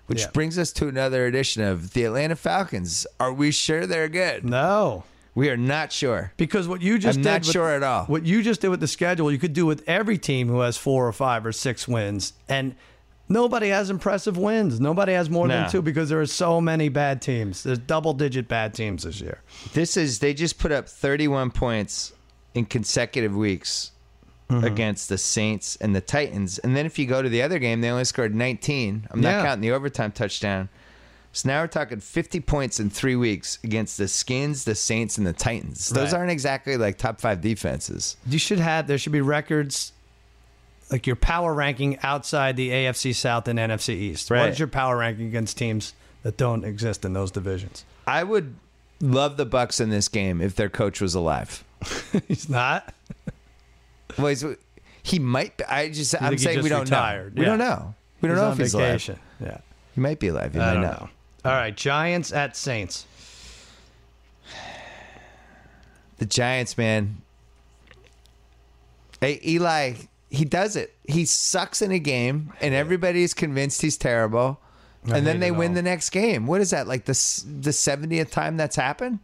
which Yeah. brings us to another edition of the atlanta falcons are we sure they're good No. we are not sure Because what you just I'm did not with- sure at all. What you just did with the schedule, you could do with every team who has four or five or six wins, and nobody has impressive wins. Nobody has more No. than two because there are so many bad teams. There's double-digit bad teams this year. this is they just put up 31 points in consecutive weeks Mm-hmm. against the Saints and the Titans. And then if you go to the other game, they only scored 19. I'm not Yeah. counting the overtime touchdown. So now we're talking 50 points in three weeks against the Skins, the Saints, and the Titans. Those Right. aren't exactly like top five defenses. You should have there should be records like your power ranking outside the AFC South and NFC East. What Right. is your power ranking against teams that don't exist in those divisions? <laughs> I would love the Bucks in this game if their coach was alive. He's not. Well, he's, he might. Be, I just. I'm think he saying just we don't retired? know. We Yeah. don't know. We don't know if on he's vacation. Yeah. alive. He might be alive. He I might don't not. know. All right, Giants at Saints. The Giants, man. Hey, Eli, he does it. He sucks in a game, and everybody's convinced he's terrible. and hate then they it win all. the next game. What is that like the s- the seventieth time that's happened?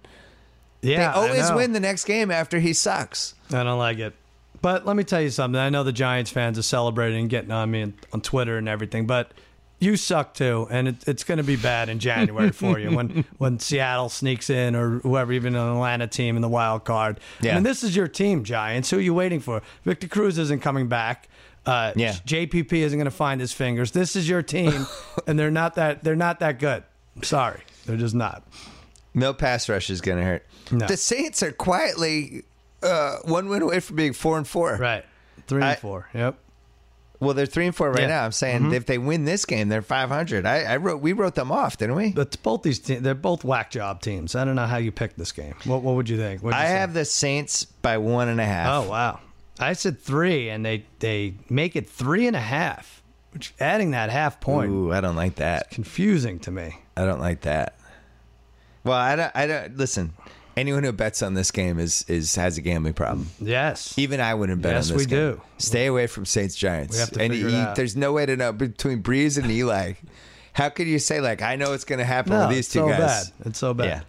They Yeah, I always know. win the next game after he sucks. I don't like it. But let me tell you something. I know the Giants fans are celebrating and getting on me and, on Twitter and everything, but you suck too, and it, it's going to be bad in January for you <laughs> when when Seattle sneaks in or whoever, even an Atlanta team in the wild card. I Yeah. mean, this is your team, Giants. Who are you waiting for? Victor Cruz isn't coming back. Uh, Yeah. JPP isn't going to find his fingers. This is <laughs> your team, and they're not that they're not that good. I'm sorry, they're just not. No pass rush is going to hurt. No. The Saints are quietly uh, one win away from being four and four. Right, three I- and four. Yep. Well, they're three and four right Yeah. Mm-hmm. now. I'm saying if they win this game, they're 500. I, I wrote we wrote them off, didn't we? But both these teams, they're both whack job teams. I don't know how you picked this game. What, what would you think? What'd you I say? have the Saints by one and a half. Oh wow, I said three, and they they make it three and a half, which adding that half point Ooh, I don't like that. confusing to me. I don't like that. Well, I don't. I don't listen. Anyone who bets on this game is is has a gambling problem. Yes, Even I wouldn't bet Yes, on this we game. do. Stay away from Saints Giants. We have to and figure it out. there's no way to know between Breeze and Eli. how could you say like I know it's going to happen no, with these it's two so guys? bad. It's so bad.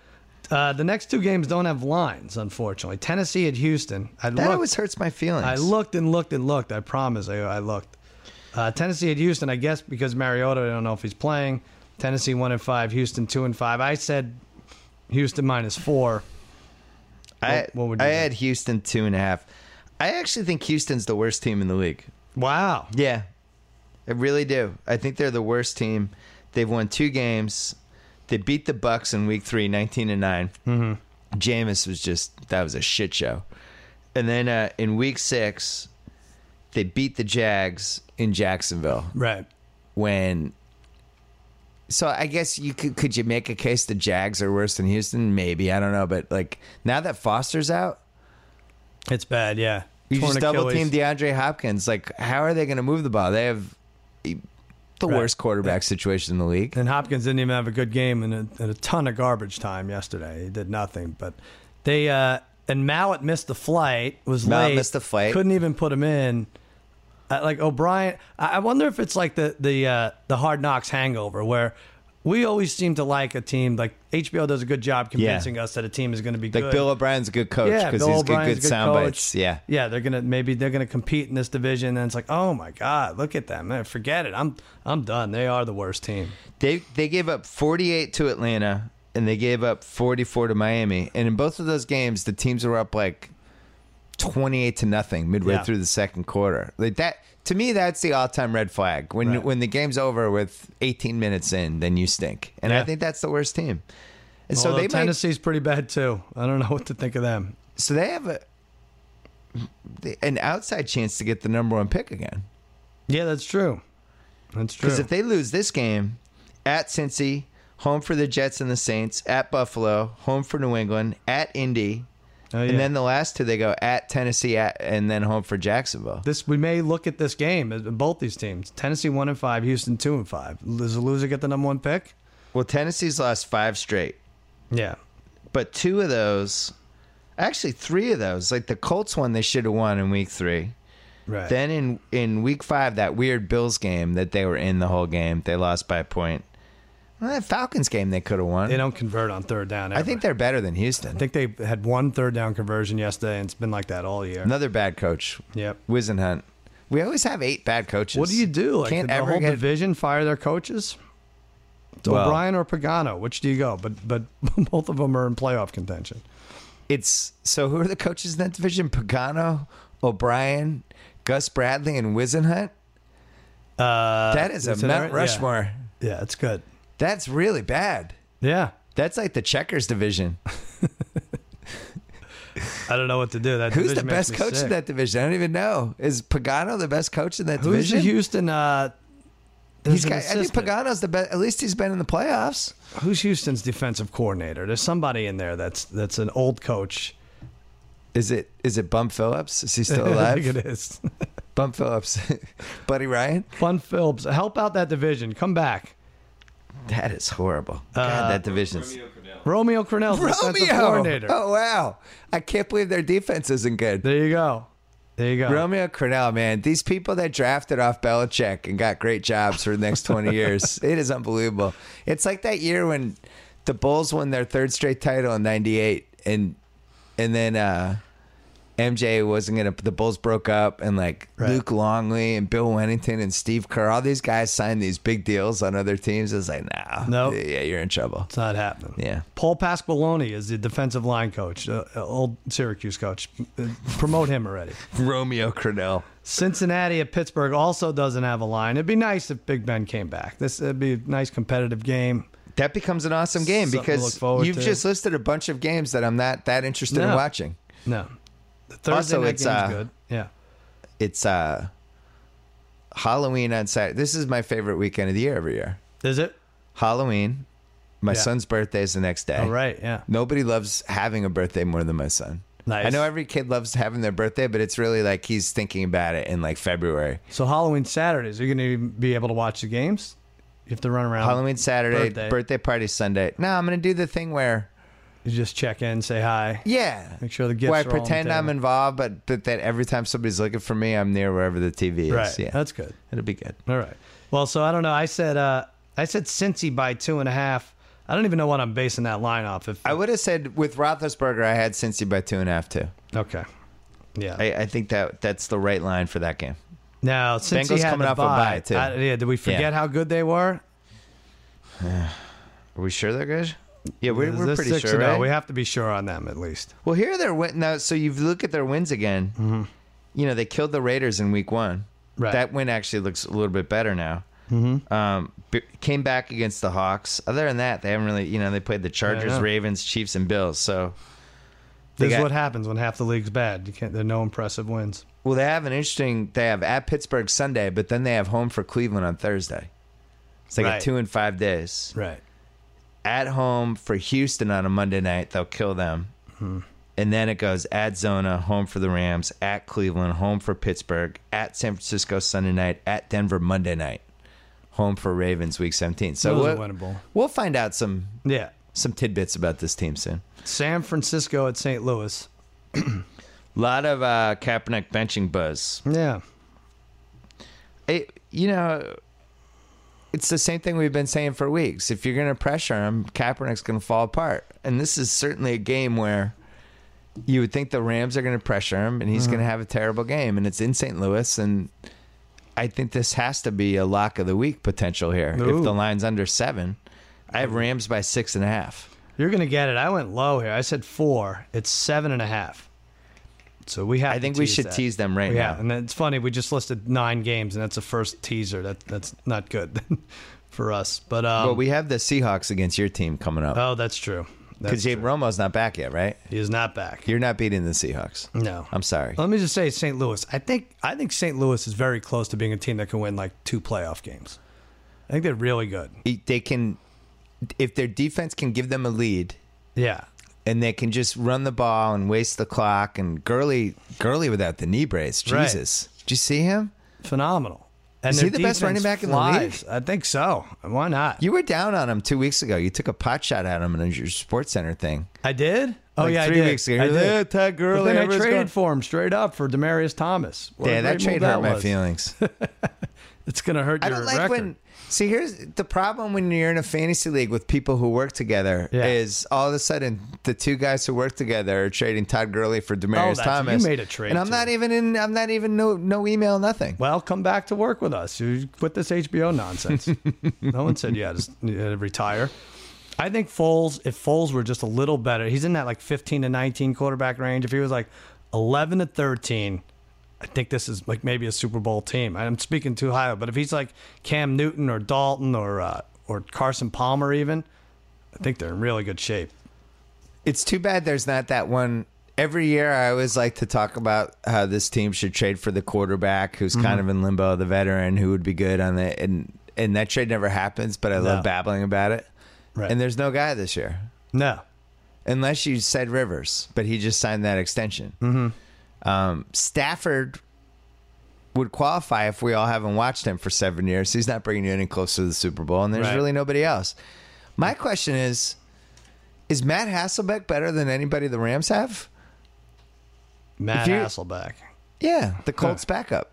Uh, the next two games don't have lines, unfortunately. Tennessee at Houston. I That looked, always hurts my feelings. I looked and looked and looked. I promise, I, I looked. Uh, Tennessee at Houston, I guess because Mariota, I don't know if he's playing. Tennessee one and five, Houston two and five. I said Houston minus four. I, What- what would you I do? had Houston two and a half. I actually think Houston's the worst team in the league. Wow. Yeah, I really do. I think they're the worst team. They've won two games. They beat the Bucks in Week Three, nineteen to nine. Mm-hmm. Jameis was just that was a shit show. And then uh, in Week Six, they beat the Jags in Jacksonville Right. when. So I guess you could could you make a case the Jags are worse than Houston? Maybe I don't know, but like now that Foster's out, It's bad, yeah. you Torn just double team Achilles. DeAndre Hopkins. Like, how are they going to move the ball? They have e, the Right. worst quarterback situation in the league. And Hopkins didn't even have a good game and a, and a ton of garbage time yesterday. He did nothing. But they uh, and Mallett missed the flight. Was Mallett late. missed the flight. Couldn't even put him in. Uh, like O'Brien, I I wonder if it's like the the uh, the Hard Knocks hangover where. We always seem to like a team. Like HBO does a good job convincing us that a team is going to be Like good. Bill O'Brien's a good coach Yeah, because Bill he's got O'Brien's good a good sound coach. bites. Yeah, Yeah, they're gonna maybe they're gonna compete in this division, and it's like, oh my god, look at them! Man, forget it. I'm I'm done. They are the worst team. they they gave up 48 to Atlanta and they gave up 44 to Miami. And in both of those games, the teams were up like 28 to nothing midway Yeah. through the second quarter. Like that to me, that's the all time red flag. When Right. when the game's over with 18 minutes in, then you stink. And Yeah. I think that's the worst team. And So so they might Tennessee's pretty bad too. I don't know <laughs> what to think of them. so they have a an outside chance to get the number one pick again. Yeah, that's true. That's true. Because if they lose this game at Cincy, home for the Jets and the Saints, at Buffalo, home for New England, at Indy, Oh, yeah. and then the last two they go at Tennessee, at, and then home for Jacksonville. this we may look at this game. uh, Both these teams, Tennessee one and five, Houston two and five. Does the loser get the number one pick? Well, Tennessee's lost five straight, Yeah, but two of those, actually three of those, like the Colts one, they should have won in week three. right. Then in in week five, that weird Bills game that they were in the whole game, they lost by a point. Well, that Falcons game they could have won. they don't convert on third down. I ever. think they're better than Houston. I think they had one third down conversion yesterday, and it's been like that all year. Another bad coach. Yep. Wizenhunt. We always have eight bad coaches. What do you do? Like Can't did the ever whole get- division fire their coaches? It's Well- O'Brien or Pagano? Which do you go? But but <laughs> both of them are in playoff contention. It's so who are the coaches in that division? Pagano, O'Brien, Gus Bradley, and Wizenhunt. Uh, That is a it's an Mount era- yeah. Rushmore. Yeah, it's good. That's really bad. Yeah. That's like the checkers division. I don't know what to do. That Who's the division makes best me coach sick. in that division? I don't even know. Is Pagano the best coach in that Who's the division? Houston? Uh, He's there's an got, I think assistant. Pagano's the best. At least he's been in the playoffs. Who's Houston's defensive coordinator? There's somebody in there that's that's an old coach. Is it is it Bum Phillips? Is he still <laughs> I think alive? it is. Bum Phillips, <laughs> Buddy Ryan. Fun Phillips, help out that division. Come back, That is horrible. God, that division's Romeo Cornell. Uh, Romeo Cornell, defensive Romeo. coordinator. Oh wow, I can't believe their defense isn't good. There you go. There you go. Romeo Cornell, man, these people that drafted off Belichick and got great jobs for the next 20 <laughs> years, it is unbelievable. It's like that year when the Bulls won their third straight title in 98 and and then uh MJ wasn't gonna. The Bulls broke up, and like Right. Luke Longley and Bill Wennington and Steve Kerr, all these guys signed these big deals on other teams. It's like, nah, Nope. yeah, you're in trouble. It's not happening. Yeah. Paul Pasqualoni is the defensive line coach, uh, uh, old Syracuse coach. Uh, Promote him already. Romeo Cornell. Cincinnati at Pittsburgh also doesn't have a line. It'd be nice if Big Ben came back. This would be a nice competitive game. That becomes an awesome game Something to look because forward you've to. just listed a bunch of games that I'm not that interested in No. watching. No. The Thursday Also, night it's, game's uh, good. Yeah. it's uh Halloween on Saturday. This is my favorite weekend of the year every year. Is it? Halloween. My Yeah. son's birthday is the next day. All right. Yeah. Nobody loves having a birthday more than my son. Nice. I know every kid loves having their birthday, but it's really like he's thinking about it in like February. So Halloween Saturdays, are you going to be able to watch the games? You have to run around. Halloween Saturday, birthday, Birthday. party Sunday. No, I'm gonna do the thing where You just check in, say hi. yeah, Make sure the gifts where I are all on the pretend I'm table. involved, but that, that every time somebody's looking for me, I'm near wherever the TV is. Right. Yeah, That's good. it'll be good. All right. Well, so I don't know. I said uh, I said Cincy by two and a half. I don't even know what I'm basing that line off. If I would have said with Roethlisberger, I had Cincy by two and a half too. okay, yeah. I, I think that that's the right line for that game. now since Bengals he had coming the off a bye, bye, too. I- yeah. Did we forget Yeah. how good they were? Are we sure they're good? Yeah, we're, Is we're this pretty six sure, and oh? right? We have to be sure on them at least. well, here they're win. Now, so you look at their wins again. You know they killed the Raiders in Week One. Mm-hmm. Right. Mm-hmm. That win actually looks a little bit better now. Um, b- came back against the Hawks. Other than that, they haven't really. You know they played the Chargers, know. Ravens, Chiefs, and Bills. So They This is got- what happens when half the league's bad. You can't. There are no impressive wins. well, they have an interesting. They have at Pittsburgh Sunday, but then they have home for Cleveland on Thursday. It's like Right. a two in five days. Right. at home for Houston on a Monday night. They'll kill them. Hmm. And then it goes at Zona, home for the Rams, at Cleveland, home for Pittsburgh, at San Francisco Sunday night, at Denver Monday night, home for Ravens week 17. So Those are we'll, winnable. we'll find out some Yeah. some tidbits about this team soon. San Francisco at St. Louis. A lot of uh, Kaepernick benching buzz. Yeah. It, you know, it's the same thing we've been saying for weeks. If you're going to pressure him, Kaepernick's going to fall apart. And this is certainly a game where you would think the Rams are going to pressure him and he's Mm-hmm. going to have a terrible game. And it's in St. Louis. And I think this has to be a lock of the week potential here. If Ooh. the line's under seven, I have Rams by six and a half. You're gonna get it. I went low here. I said four. It's seven and a half. So we have. I to think we tease should that. tease them right Yeah, now. and it's funny. We just listed nine games, and that's the first teaser. That that's not good <laughs> for us. But um, but we have the Seahawks against your team coming up. oh, that's true. That's Because true. Jade Romo's not back yet, right? he is not back. You're not beating the Seahawks. No, I'm sorry. Let me just say, St. Louis. I think I think St. Louis is very close to being a team that can win like two playoff games. I think they're really good. they can if their defense can give them a lead Yeah, and they can just run the ball and waste the clock and Gurley Gurley without the knee brace. Right. Jesus. Did you see him? phenomenal. And Is he their the best running defense back in the flies. I think so. Why not? You were down on him two weeks ago. You took a pot shot at him in your sports center thing. I did. Oh Like yeah, three I did. weeks ago. I You're like, "Eh, did. Todd Gurley, But then I everyone's traded going-" for him straight up for Demarius Thomas. What a yeah, that great move trade hurt my was. <laughs> feelings. It's gonna hurt I your don't like record. when. See, here's the problem when you're in a fantasy league with people who work together Yeah. is all of a sudden the two guys who work together are trading Todd Gurley for Demarius Oh, that's- you Thomas. made a trade, and I'm too. not even in. I'm not even no no email, nothing. well, come back to work with us. You quit this <laughs> HBO nonsense. no one said you had, to, you had to retire. I think Foles, if Foles were just a little better, he's in that like 15 to 19 quarterback range. If he was like 11 to 13, I think this is like maybe a Super Bowl team. I'm speaking too high, but if he's like Cam Newton or Dalton or uh, or Carson Palmer even, I think they're in really good shape. It's too bad there's not that one. Every year, I always like to talk about how this team should trade for the quarterback who's kind of in limbo, the veteran who would be good on the and and that trade never happens. But I love babbling about it. Right. And there's no guy this year No. unless you said Rivers, but he just signed that extension. Mm-hmm. Um, Stafford would qualify if we all haven't watched him for seven years. He's not bringing you any closer to the Super Bowl, and there's Right. really nobody else. My question is: Is Matt Hasselbeck better than anybody the Rams have? If Matt you- Hasselbeck. Yeah, the Colts backup.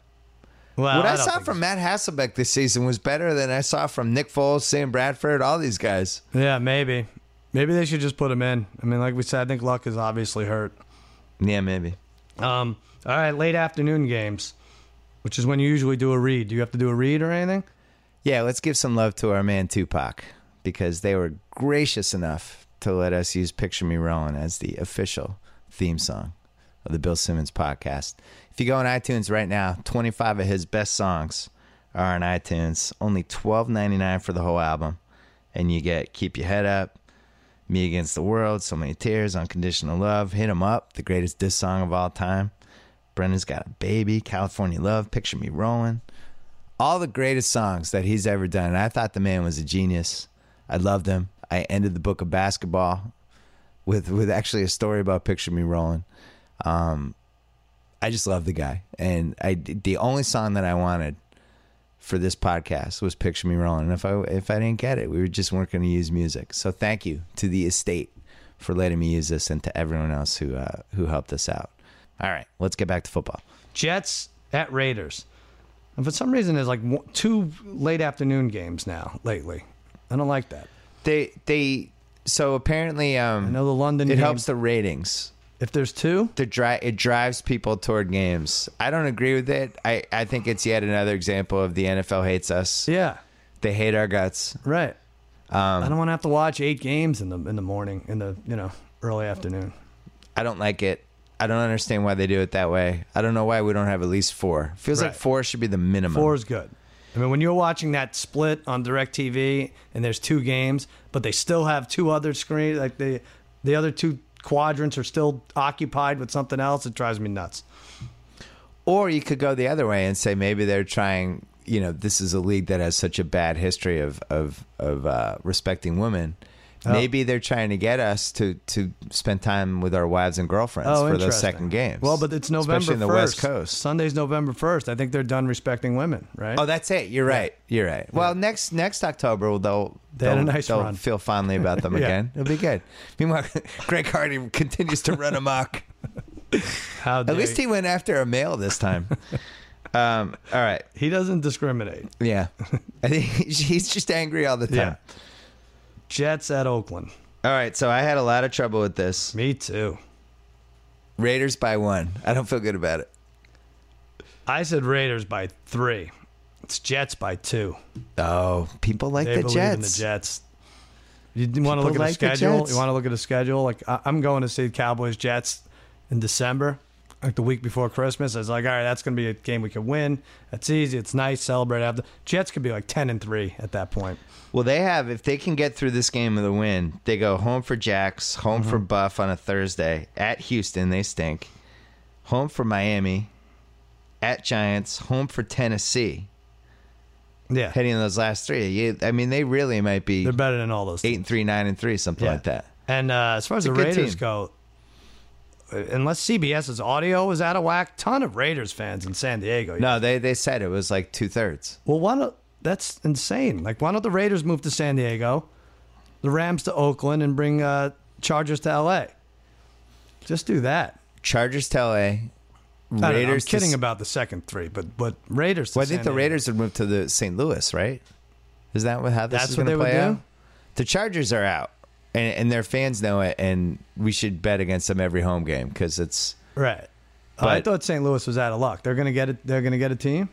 Well, What I, don't saw think- from Matt Hasselbeck this season was better than I saw from Nick Foles, Sam Bradford, all these guys. Yeah, maybe. Maybe they should just put him in. I mean, like we said, I think Luck is obviously hurt. Yeah, maybe. Um, all right, late afternoon games, which is when you usually do a read. Do you have to do a read or anything? Yeah, let's give some love to our man Tupac because they were gracious enough to let us use Picture Me Rolling as the official theme song of the Bill Simmons podcast. If you go on iTunes right now, 25 of his best songs are on iTunes, only $12.99 for the whole album. And you get Keep Your Head Up, Me Against the World, So Many Tears, Unconditional Love, Hit 'em Up, the greatest diss song of all time. Brendan's Got a Baby, California Love, Picture Me Rolling all the greatest songs that he's ever done. And I thought the man was a genius. I loved him. I ended the book of basketball with with actually a story about Picture Me Rolling. Um, I just love the guy, and I the only song that I wanted for this podcast was Picture Me Rolling. And if I if I didn't get it, we were just weren't going to use music. So thank you to the estate for letting me use this, and to everyone else who uh, who helped us out. All right, let's get back to football. Jets at Raiders. And for some reason, there's like one- two late afternoon games now lately. I don't like that. They they so apparently um I know the London it game- helps the ratings. If there's two, The dri- it drives people toward games. I don't agree with it. I I think it's yet another example of the NFL hates us. yeah, They hate our guts. right. I don't want to have to watch eight games in the in the morning in the you know early afternoon. I don't like it. I don't understand why they do it that way. I don't know why we don't have at least four. Feels like Right. four should be the minimum. Four is good. I mean, when you're watching that split on Directv and there's two games, but they still have two other screens, like the the other two quadrants are still occupied with something else. It drives me nuts. Or you could go the other way and say maybe they're trying. You know, this is a league that has such a bad history of of of uh, respecting women. Oh. Maybe they're trying to get us to to spend time with our wives and girlfriends for those Oh, interesting. second games. Well, but it's November especially in the 1st. West Coast. Sunday's November first. I think they're done respecting women, right? Oh, that's it. You're right. You're right. Well, next next October they'll They had a they'll, nice they'll run. feel fondly about them <laughs> Yeah. again. It'll be good. Meanwhile, <laughs> Greg Hardy continues to run <laughs> amok. How At least he, he went after a male this <laughs> time. um, all right. he doesn't discriminate. Yeah. <laughs> I think he's just angry all the time. Yeah. Jets at Oakland. All right. So I had a lot of trouble with this. Me too. Raiders by one. I don't feel good about it. I said Raiders by three. It's Jets by two. Oh, people like They the believe in the Jets. Jets. You want to look at like the a schedule? Jets. you want to look at a schedule? Like I- I'm going to see Cowboys Jets in December, like the week before Christmas. I was like, all right, that's going to be a game we can win. That's easy. It's nice. Celebrate after. Jets could be like ten and three at that point. Well, they have if they can get through this game with a win, they go home for Jax, home Mm-hmm. for Buff on a Thursday at Houston. They stink. Home for Miami, at Giants, home for Tennessee. Yeah, Heading in those last three, you, I mean, they really might be they're better than all those. eight and three, nine and three, something Yeah. like that. And uh, as far as the a good Raiders team. go, uh, unless CBS's audio is out of whack, ton of Raiders fans in San Diego. No, they they said it was like two thirds. Well, why don't that's insane? Like, why don't the Raiders move to San Diego, the Rams to Oakland, and bring uh, Chargers to L.A. Just do that. Chargers to LA, I don't know, Raiders. I'm kidding To, about the second three, but but Raiders. To well, I think San the Diego. Raiders would move to the St. Louis, right? Is that what how this That's is what going to they would play out? do? The Chargers are out, and, and their fans know it, and we should bet against them every home game because it's Right. Oh, I But- thought St. Louis was out of luck. They're gonna get it. They're gonna get a team.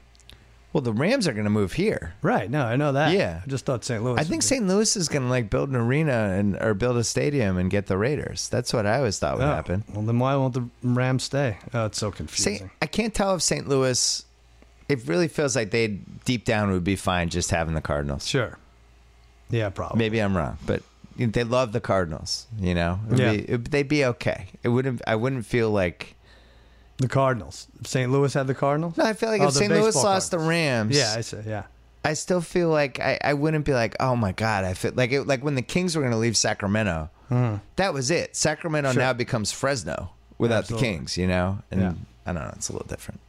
well, the Rams are going to move here. Right. No, I know that. Yeah. I just thought St. Louis. I would think be- St. Louis is going to like build an arena and or build a stadium and get the Raiders. That's what I always thought would Oh, happen. Well, then why won't the Rams stay? Oh, it's so confusing. Saint, I can't tell if St. Louis. It really feels like they deep down would be fine just having the Cardinals. Sure. Yeah, probably. Maybe I'm wrong, but they love the Cardinals. You know, It'd Yeah. be- it- they'd be okay. It wouldn't. I wouldn't feel like. The Cardinals. If St. Louis had the Cardinals? No, I feel like Oh, if the St. Louis baseball lost the Cardinals. Rams, Yeah, I see. Yeah. I still feel like I, I wouldn't be like, oh my god, I feel like it, like when the Kings were going to leave Sacramento, that was it. Sacramento Mm. Sure. now becomes Fresno without Absolutely. the Kings, you know. And Yeah. I don't know, it's a little different.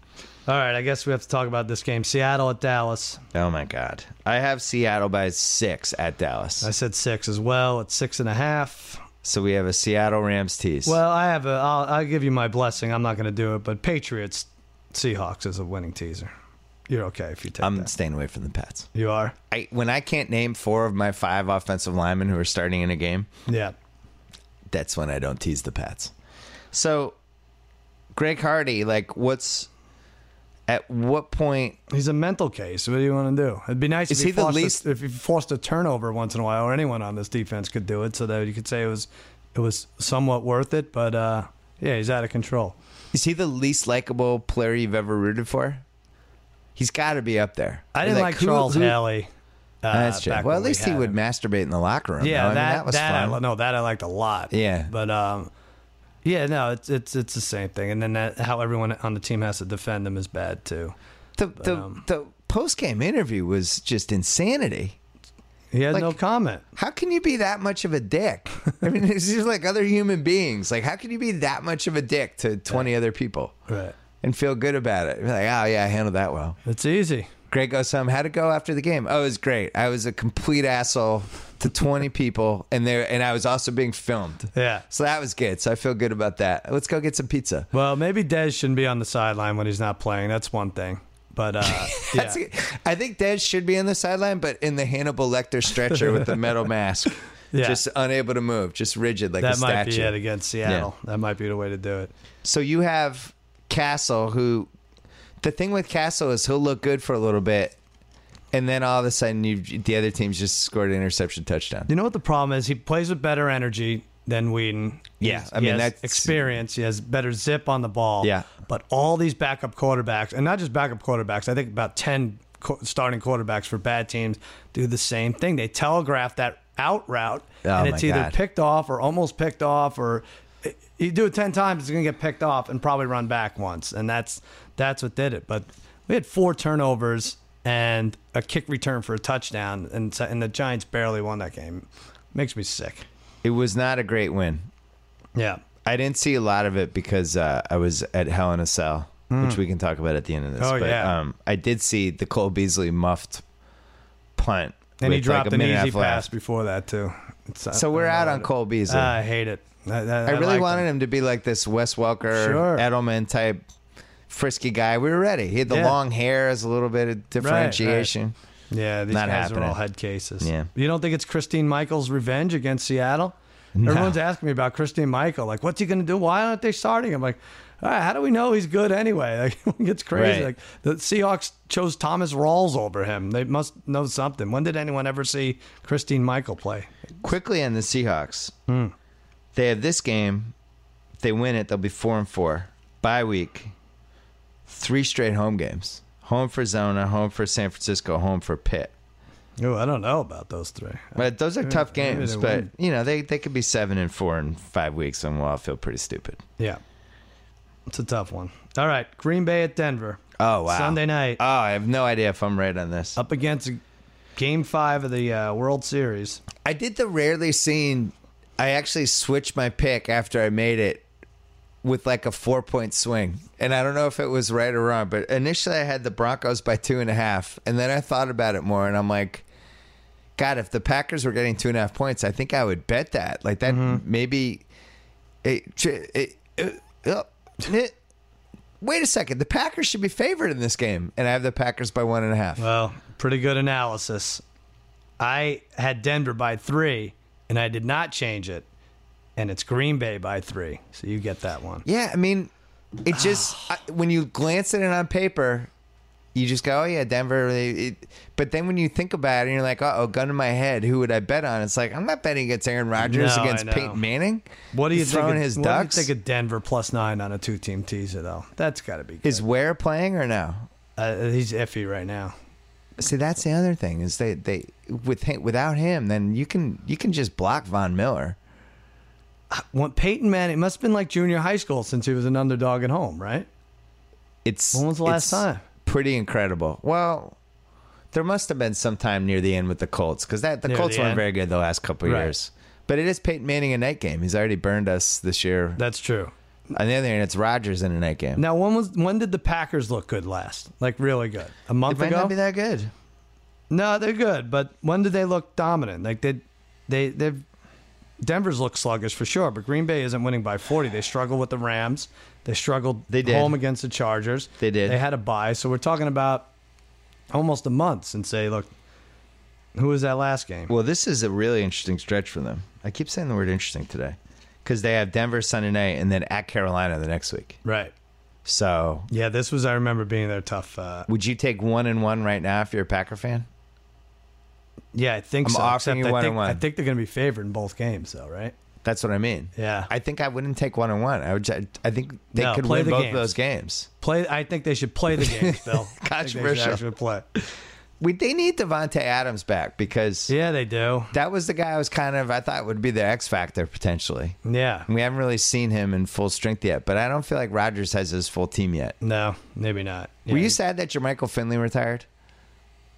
All right, I guess we have to talk about this game. Seattle at Dallas. Oh my god, I have Seattle by six at Dallas, I said six as well. It's six and a half. so we have a Seattle Rams tease. Well, I have a. I'll, I'll give you my blessing. I'm not going to do it, but Patriots, Seahawks is a winning teaser. You're okay if you take I'm that. staying away from the Pats. You are. I when I can't name four of my five offensive linemen who are starting in a game, Yeah. that's when I don't tease the Pats. So, Greg Hardy, like, what's at what point? He's a mental case. What do you want to do? It'd be nice Is if he the forced a- least- if he forced a turnover once in a while, or anyone on this defense could do it, so that you could say it was it was somewhat worth it. But uh, yeah, he's out of control. Is he the least likable player you've ever rooted for? He's got to be up there. I didn't like, who- Charles who- Haley. Uh, That's true. back Well, when at we least he had would him. masturbate in the locker room. Yeah, though. I mean, that, that was that fun. I, li- no, that I liked a lot. Yeah. but um, yeah, no, it's it's it's the same thing. And then that, how everyone on the team has to defend them is bad too. the the, um, the post game interview was just insanity. He had Like- no comment. How can you be that much of a dick? I mean, it's just like other human beings. Like, how can you be that much of a dick to 20 other people Right. and feel good about it? You're like, oh, yeah, I handled that well. It's easy. Greg goes home. How'd it go after the game? Oh, it was great. I was a complete asshole to 20 people, and there, and I was also being filmed. Yeah. So that was good. So I feel good about that. Let's go get some pizza. Well, maybe Dez shouldn't be on the sideline when he's not playing. That's one thing. But uh, yeah. <laughs> That's it. I think Dez should be on the sideline, but in the Hannibal Lecter stretcher with the metal mask, <laughs> Yeah. just unable to move, just rigid like a that might statue. be it against Seattle. That might be the way to do it. So you have Castle, who the thing with Castle is he'll look good for a little bit, and then all of a sudden you the other team's just scored an interception touchdown. You know what the problem is? He plays with better energy than Whedon. Yeah, He's- I he mean, has that's- experience. He has better zip on the ball. Yeah. but all these backup quarterbacks, and not just backup quarterbacks, I think about ten qu- starting quarterbacks for bad teams do the same thing. They telegraph that out route, Oh, and my it's either God. picked off or almost picked off, or you do it ten times, it's going to get picked off and probably run back once, and that's that's what did it. But we had four turnovers and a kick return for a touchdown, and so- and the Giants barely won that game. Makes me sick. It was not a great win. Yeah. I didn't see a lot of it because uh, I was at Hell in a Cell, which we can talk about at the end of this. Hmm. Oh, but yeah. um, I did see the Cole Beasley muffed punt. And he with, like, dropped a an minute and a easy half left. pass before that too. It's- So we're I Ah, out love on it. Cole Beasley. I hate it. I, I really wanted him. to be like this Wes Welker, Sure. Edelman type frisky guy. We were ready. He had the Yeah. long hair as a little bit of differentiation. Yeah, these Not guys are happening. all head cases. Yeah. You don't think it's Christine Michael's revenge against Seattle? Everyone's asking me about Christine Michael. Like, what's he going to do? Why aren't they starting him? Like, all right, how do we know he's good anyway? <laughs> Like, it gets crazy. Right. Like, the Seahawks chose Thomas Rawls over him. They must know something. When did anyone ever see Christine Michael play? Quickly on the Seahawks, Hmm. they have this game. If they win it, they'll be four and four. Bye week, three straight home games. Home for Zona, home for San Francisco, home for Pitt. Oh, I don't know about those three. But those are tough maybe games. they But win. you know they, they could be seven and four in five weeks, and we'll all feel pretty stupid. Yeah. It's a tough one. All right, Green Bay at Denver. Oh wow! Sunday night. Oh, I have no idea if I'm right on this. up against Game Five of the uh, World Series. I did the rarely seen. I actually switched my pick after I made it with like a four point swing. And I don't know if it was right or wrong, but initially I had the Broncos by two and a half. And then I thought about it more and I'm like, God, if the Packers were getting two and a half points, I think I would bet that. Like that maybe. It, it, it, uh, it- wait a second. The Packers should be favored in this game. And I have the Packers by one and a half. Well, pretty good analysis. I had Denver by three, and I did not change it, and it's Green Bay by three. So you get that one. Yeah, I mean, it just I, when you glance at it on paper, you just go, "Oh yeah, Denver." They, it, but then when you think about it, and you're like, "Uh oh, gun to my head, who would I bet on?" It's like I'm not betting against Aaron Rodgers No, I against know. Peyton Manning. What do you He's throwing think? Of, his what ducks? do you think of Denver plus nine on a two-team teaser though? That's got to be good. Is Ware playing or no? uh, he's iffy right now. See, that's the other thing is they they with him, without him, then you can you can just block Von Miller. When Peyton Manning, it must have been like junior high school since he was an underdog at home, right? It's When was the last it's time? Pretty incredible. Well, there must have been some time near the end with the Colts because that the Near Colts the weren't end. very good the last couple of Right. years. But it is Peyton Manning a night game. He's already burned us this year. That's true. On the other hand, it's Rodgers in a night game. Now, when was when did the Packers look good last? Like really good? A it month might ago? not be that good. No, they're good, but when did they look dominant? Like they, they, they, Denver's looked sluggish for sure, but Green Bay isn't winning by forty. They struggled with the Rams. They struggled They did. home against the Chargers. They did. They had a bye, so we're talking about almost a month since they look. Who was that last game? Well, this is a really interesting stretch for them. I keep saying the word interesting today because they have Denver Sunday night and then at Carolina the next week. Right. So, Yeah, this was. I remember being their tough. Uh, would you take one and one right now if you're a Packer fan? yeah, I think I'm so. offering except you I one think, and one. I think they're going to be favored in both games, though, right? That's what I mean. Yeah. I think I wouldn't take one and one. I would. ju- I think they No, could play win the both games. of those games. Play. I think they should play the games, <laughs> Bill. I think they should Controversial. actually play. We they need Devonte Adams back because Yeah, they do. that was the guy I was kind of I thought would be the X factor potentially. Yeah. We haven't really seen him in full strength yet, but I don't feel like Rodgers has his full team yet. No, maybe not. Were Yeah. you sad that your Michael Finley retired?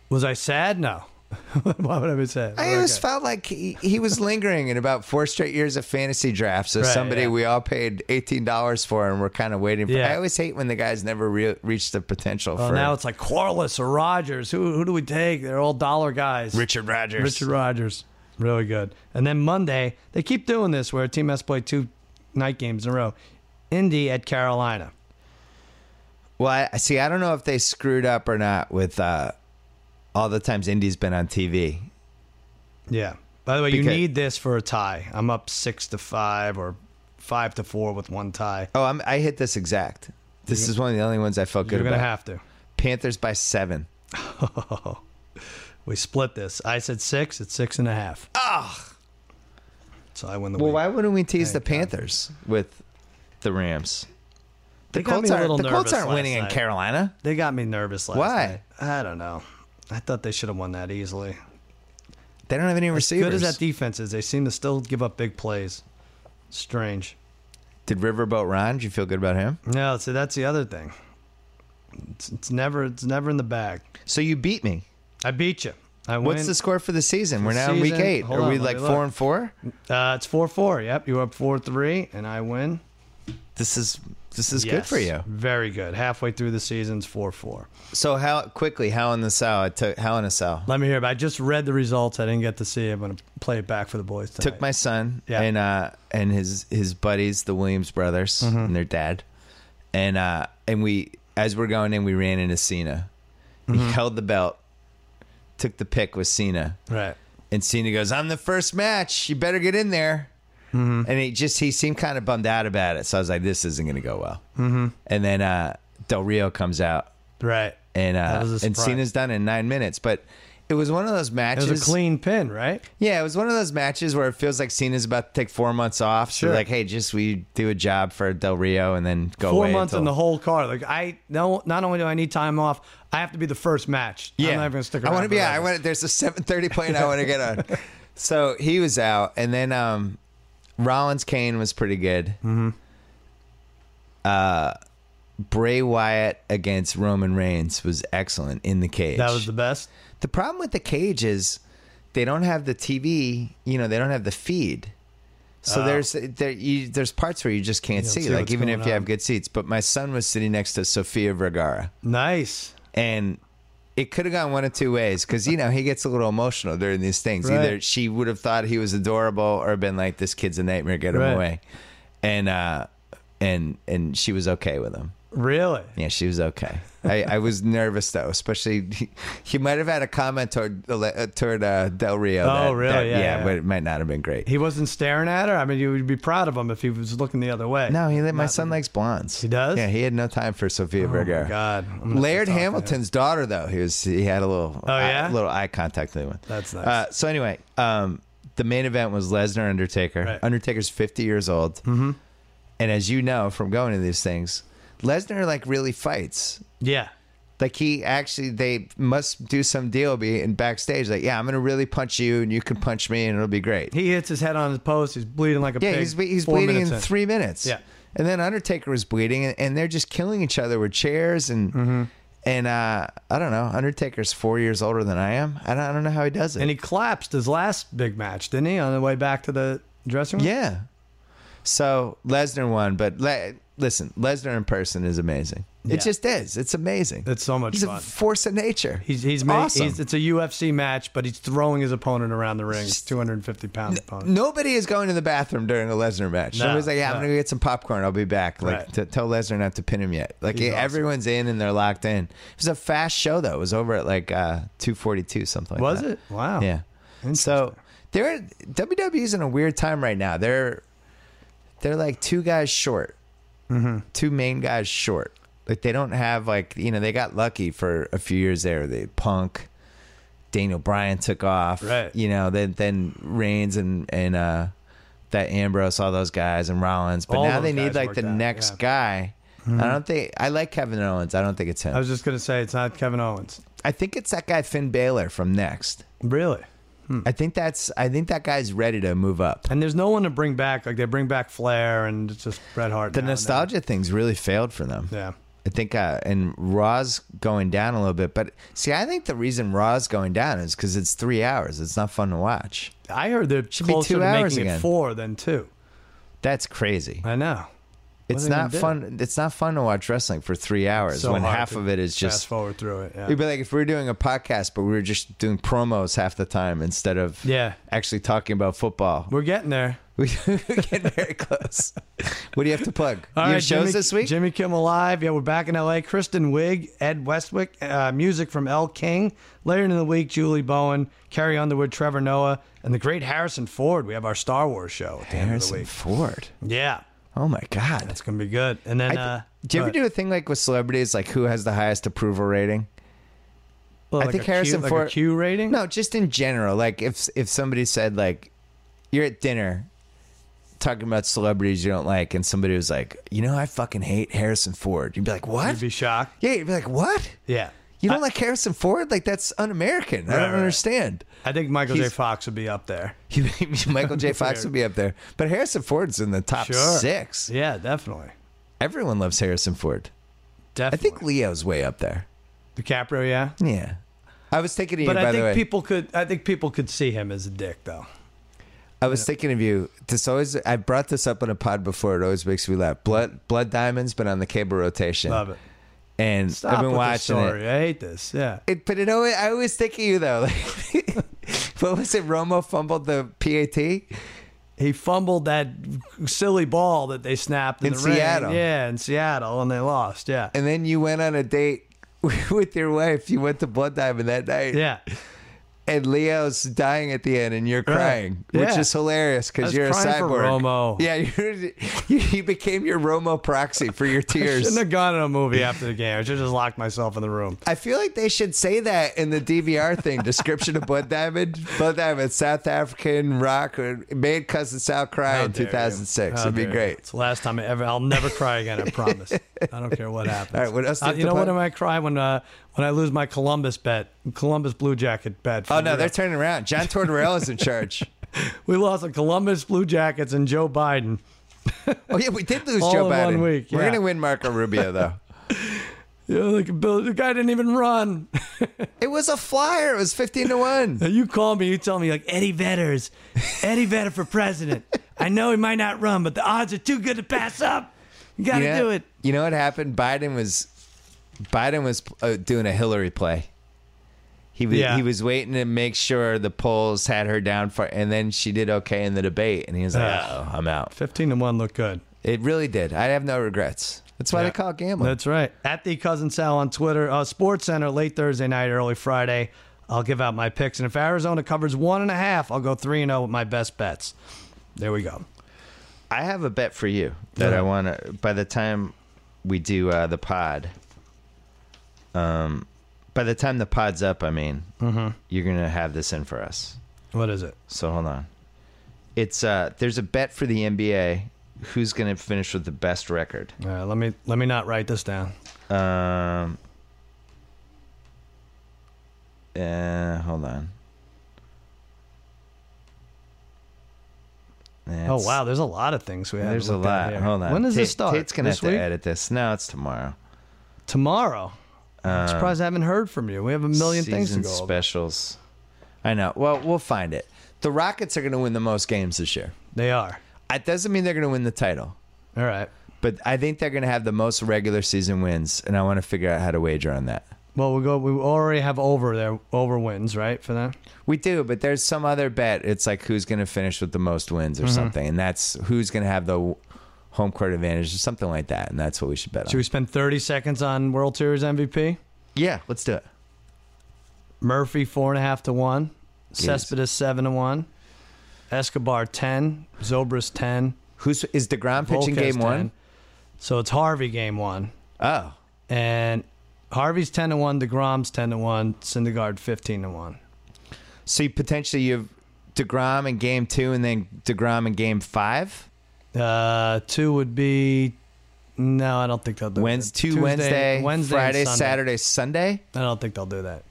Was I sad? No. <laughs> Why would I be sad? I Okay. always felt like he, he <laughs> was lingering in about four straight years of fantasy drafts as Right, somebody yeah. we all paid eighteen dollars for, and we're kind of waiting. for Yeah. I always hate when the guys never re- reach the potential well, for now it's like Corliss or Rogers. Who who do we take? They're all dollar guys. Richard Rodgers. Richard Rogers, really good. And then Monday they keep doing this where a team has to play two night games in a row. Indy at Carolina. Well, I- I see. I don't know if they screwed up or not with uh, all the times Indy's been on TV. Yeah. By the way, you Because- need this for a tie. I'm up six to five or five to four with one tie. Oh, I'm, I hit this exact. This is one of the only ones I felt good You're gonna about. have to. Panthers by seven. We split this. I said six. It's six and a half. Ah. So I win the Well, week. why wouldn't we tease Thank the Panthers with the Rams? The They got Colts me a aren't, little the Colts nervous aren't last winning in night. Carolina. They got me nervous last Why? night. I don't know. I thought they should have won that easily. They don't have any As receivers. good as that defense is, they seem to still give up big plays. Strange. Did Riverboat Ron? Did you feel good about him? No, see that's the other thing. It's, it's never it's never in the bag. So you beat me. I beat you. I What's win. the score for the season? We're now in week season- eight. hold Are on, we let like me four look. and four? Uh, it's four four. Yep, you are up four three, and I win. This is this is good Yes. for you. Very good. Halfway through the season's four four. So how quickly? How in the cell? I took how in a cell. Let me hear. But I just read the results. I didn't get to see. it. I'm gonna play it back for the boys tonight. took my son Yeah. and uh and his his buddies the williams brothers Mm-hmm. and their dad and uh and we as we're going in we ran into cena Mm-hmm. he held the belt took the pick with cena right. and cena goes i'm the first match you better get in there Mm-hmm. and he just he seemed kind of bummed out about it so i was like this isn't gonna go well mm-hmm. and then uh del rio comes out Right. and uh That was a and surprise. cena's done in nine minutes but it was one of those It matches was a clean pin, right? yeah, it was one of those matches where it feels like Cena's about to take four months off. So Sure. like, hey, just we do a job for Del Rio and then go four away months until- in the whole car. Like I no, not only do I need time off, I have to be the first match. Yeah, I'm not even gonna stick I around. want to be. Yeah, I forever. want. There's a 7:30 plane I want to get on. <laughs> So he was out, and then um, Rollins Kane was pretty good. Mm-hmm. Uh, Bray Wyatt against Roman Reigns was excellent in the cage. That was the best. The problem with the cage is they don't have the TV. You know, they don't have the feed. So Oh. there's there you, there's parts where you just can't You don't see, see like what's even if going you on. have good seats. But my son was sitting next to Sofia Vergara, Nice. and it could have gone one of two ways because you know he gets a little emotional during these things. Right. Either she would have thought he was adorable, or been like, "This kid's a nightmare, get him Right. away," and uh, and and she was okay with him. Really? Yeah, she was okay. I, I was nervous though, especially <laughs> he, might have had a comment toward uh, toward uh, Del Rio. Oh, that- really? that- Yeah, yeah. but it might not have been great. He wasn't staring at her. I mean, you would be proud of him if he was looking the other way. no, he my son likes blondes. He does? Yeah, he had no time for Sophia Oh Vergara. my God. I'm gonna have to Laird talk to him. Hamilton's daughter, though, he was he had a little Oh, eye- yeah? little eye contact with him. That's nice. Uh, so anyway, um, the main event was Lesnar Undertaker. Right. Undertaker's fifty years old, mm-hmm. and as you know from going to these things, Lesnar like really fights. Yeah. Like he actually, they must do some deal be in backstage. Like, yeah, I'm gonna really punch you, and you can punch me, and it'll be great. He hits his head on his post. He's bleeding like a Yeah, pig. he's, he's four bleeding in minutes three minutes. Yeah. and then Undertaker was bleeding, and, and they're just killing each other with chairs and Mm-hmm. and uh, I don't know. Undertaker's four years older than I am. I don't, I don't know how he does it. And he collapsed his last big match, didn't he? On the way back to the dressing room. yeah. So Lesnar won, but le- listen, Lesnar in person is amazing. Yeah. It just is. It's amazing. It's so much he's fun. a force of nature. He's he's, ma- awesome. he's it's a UFC match, but he's throwing his opponent around the ring. Two hundred and fifty pound opponent. Nobody is going to the bathroom during a Lesnar match. No, Nobody's like, "Yeah, I'm no. gonna go get some popcorn. I'll be back." Like, Right. t- tell Lesnar not to pin him yet. Like, e, He's awesome. everyone's in and they're locked in. It was a fast show though. It was over at like uh, two forty two something. like Was that. it? Wow. Yeah. So they're WWE's in a weird time right now. They're they're like two guys short, Mm-hmm. two main guys short. Like they don't have like you know they got lucky for a few years there. They Punk, Daniel Bryan took off. Right. You know then then Reigns and and uh that Ambrose all those guys and Rollins. But All now they those need guys like worked the out, next yeah. Mm-hmm. guy. I don't think I like Kevin Owens. I don't think it's him. I was just gonna say it's not Kevin Owens. I think it's that guy Finn Balor from Next. Really. I think that's I think that guy's ready to move up. And there's no one to bring back. Like they bring back Flair and it's just Bret Hart. The now and then. nostalgia things really failed for them. Yeah. I think uh, and Raw's going down a little bit, but see, I think the reason Raw's going down is because it's three hours. It's not fun to watch. I heard they're be closer two to hours making again. it four than two. That's crazy. I know. It's they gonna not do? fun. It's not fun to watch wrestling for three hours So when hard half to of it is fast just. forward through it. Yeah. It'd be like if we were doing a podcast, but we were just doing promos half the time instead of Yeah. actually talking about football. We're getting there. <laughs> We we get very <laughs> close. What do you have to plug? All you right, have shows Jimmy, this week? Jimmy Kimmel Live. Yeah, we're back in LA. Kristen Wiig, Ed Westwick, uh, music from L. King. Later in the week, Julie Bowen, Carrie Underwood, Trevor Noah, and the great Harrison Ford. We have our Star Wars show at the Harrison end of Ford. the week. Yeah, Oh my god. it's gonna be good. And then, I uh, th- do you ever but- do a thing like with celebrities, like who has the highest approval rating? well, I Oh, like think a Q- Harrison like a Ford- Q rating? No, just in general. Like if if somebody said like, you're at dinner, talking about celebrities you don't like, and somebody was like, you know, I fucking hate Harrison Ford. You'd be like, what? You'd be shocked. yeah, you'd be like, what? Yeah, You don't I, like Harrison Ford? Like that's un-American. I Right, don't right. understand. <laughs> I think Michael J. He's- Fox would be up there. Michael <laughs> J. Fox would be up there, but Harrison Ford's in the top Sure. six. Yeah, definitely, Everyone loves Harrison Ford. I definitely. think Leo's way up there. DiCaprio. Yeah, Yeah, I was thinking of you. but by I the way. think people could. I think people could see him as a dick, though. I was thinking of you. This always I brought this up on a pod before. It always makes me laugh. Blood Blood Diamonds been on the cable rotation. Love it. And Stop I've been with watching the story. it. I hate this. Yeah. it. But it always I always think of you though. <laughs> Like, what was it? Romo fumbled the PAT. he fumbled that silly ball that they snapped In in, the rain. Seattle. Yeah, in Seattle, and they lost. Yeah, And then you went on a date <laughs> with your wife. You went to Blood Diamond that night. yeah. And Leo's dying at the end and you're crying. Which Yeah. is hilarious I because was you're a crying for cyborg. Romo. Yeah, <laughs> you're, you, he became your Romo proxy for <laughs> your tears. Shouldn't have gone to a movie after the game. I should have just locked myself in the room. I feel like they should say that in the DVR thing description of <laughs> Blood Diamond. Blood Diamond, South African rock, or made cousin Sal cry How in dare you. 2006. How It'd be dare you. great. It's the last time I ever. I'll never cry again. I promise. I don't care what happens. All right, what else Uh, did you the know what? pod- Am I cry when uh, when I lose my Columbus bet, Columbus Blue Jacket bet? for Oh no, real. they're turning around. John Tortorella is in <laughs> charge. we lost the Columbus Blue Jackets and Joe Biden. Oh yeah, we did lose All Joe in Biden. one week, We're yeah. gonna win Marco Rubio <laughs> though. You know, like, Bill, the guy didn't even run. <laughs> it was a flyer. It was 15 to one. Now, You call me, you tell me like Eddie Vedder's Eddie Vedder for president. I know he might not run, but the odds are too good to pass up. You gotta you know, do it. You know what happened? Biden was Biden was uh, doing a Hillary play. He was Yeah. he was waiting to make sure the polls had her down for, and then she did okay in the debate, and he was like, Yeah. "Oh, I'm out." Fifteen to one look good. It really did. I have no regrets. That's why Yeah. they call it gambling. That's right. At the cousin Sal on Twitter, uh, Sports Center late Thursday night, early Friday. I'll give out my picks, and if Arizona covers one and a half, I'll go three and zero with my best bets. There we go. I have a bet for you that Yeah. I want to. By the time we do uh, the pod, um, by the time the pod's up, I mean, Mm-hmm. you're gonna have this in for us. What is it? So hold on. It's uh there's a bet for the NBA who's going to finish with the best record. All right, let me let me not write this down. Um Uh, hold on. Oh That's- Oh, wow, there's a lot of things we have. There's a lot. Hold on. When does this Tate- start? Tate's gonna this have week? to edit this. No, it's tomorrow. Tomorrow. I'm surprised I haven't heard from you. We have a million things to Um, Season go. over. specials. I know. Well, we'll find it. The Rockets are going to win the most games this year. They are. It doesn't mean they're going to win the title, All right. but I think they're going to have the most regular season wins, and I want to figure out how to wager on that. Well, we go. We already have over there. Over wins, right? For that. We do, but there's some other bet. It's like who's going to finish with the most wins or Mm-hmm. something, and that's who's going to have the home court advantage or something like that, and that's what we should bet on. Should we spend 30 seconds on World Series MVP? Yeah, let's do it. Murphy four and a half to one. Cespedes seven to one. Escobar ten. Zobris ten. Who's is Degrom pitching Volquez, game 10. one? So it's Harvey game one, Oh, and Harvey's ten to one. Degrom's ten to one. Syndergaard fifteen to one. so you potentially you have Degrom in game two, and then Degrom in game five. Uh, two would be. No, I don't think they'll do Wednesday, that. two Tuesday- Wednesday, Wednesday, and Friday, Sunday. Saturday, Sunday. I don't think they'll do that.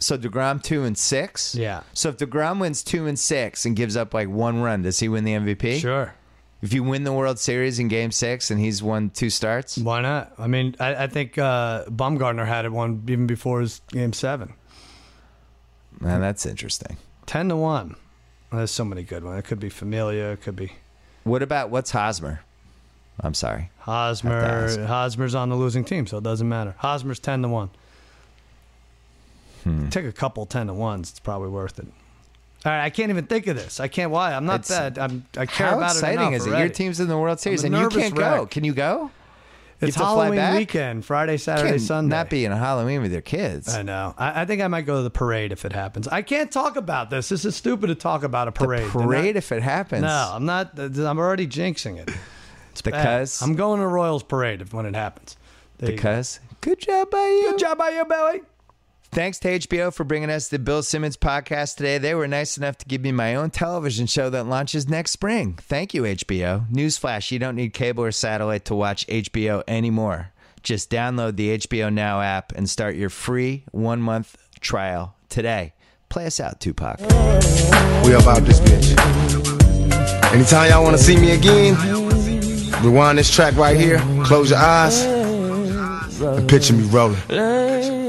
So Degrom two and six. Yeah. So if Degrom wins two and six and gives up like one run, does he win the MVP? Sure. If you win the World Series in Game Six and he's won two starts, Why not? I mean, I, I think uh, Baumgartner had it one even before his game seven. man, that's interesting. 10 to 1. There's so many good ones. It could be Familia. It could be What about what's Hosmer? I'm sorry. Hosmer. Have to Hosmer's on the losing team, so it doesn't matter. Hosmer's 10 to 1. Hmm. Take a couple 10 to 1s. It's probably worth it. All right, I can't even think of this. I can't. Why? I'm not It's- that. I'm. I care How about it. exciting enough is it? Your already. team's in the World Series a and you nervous can't go. wreck. Can you go? It's have to fly Halloween back? weekend, Friday, Saturday, Can Sunday. Not be in Halloween with your kids. I know. I, I think I might go to the parade if it happens. I can't talk about this. This is stupid to talk about a parade. They're not- Parade if it happens. no, I'm not. I'm already jinxing it. it's because Uh, I'm going to Royals parade if, when it happens. There you go. because. Good job by you. Good job by you, Billy. Thanks to HBO for bringing us the Bill Simmons podcast today. They were nice enough to give me my own television show that launches next spring. Thank you, HBO. Newsflash, you don't need cable or satellite to watch HBO anymore. Just download the HBO Now app and start your free one month trial today. Play us out, Tupac. We about this bitch. Anytime y'all wanna see me again, rewind this track right here, close your eyes, and picture me rolling.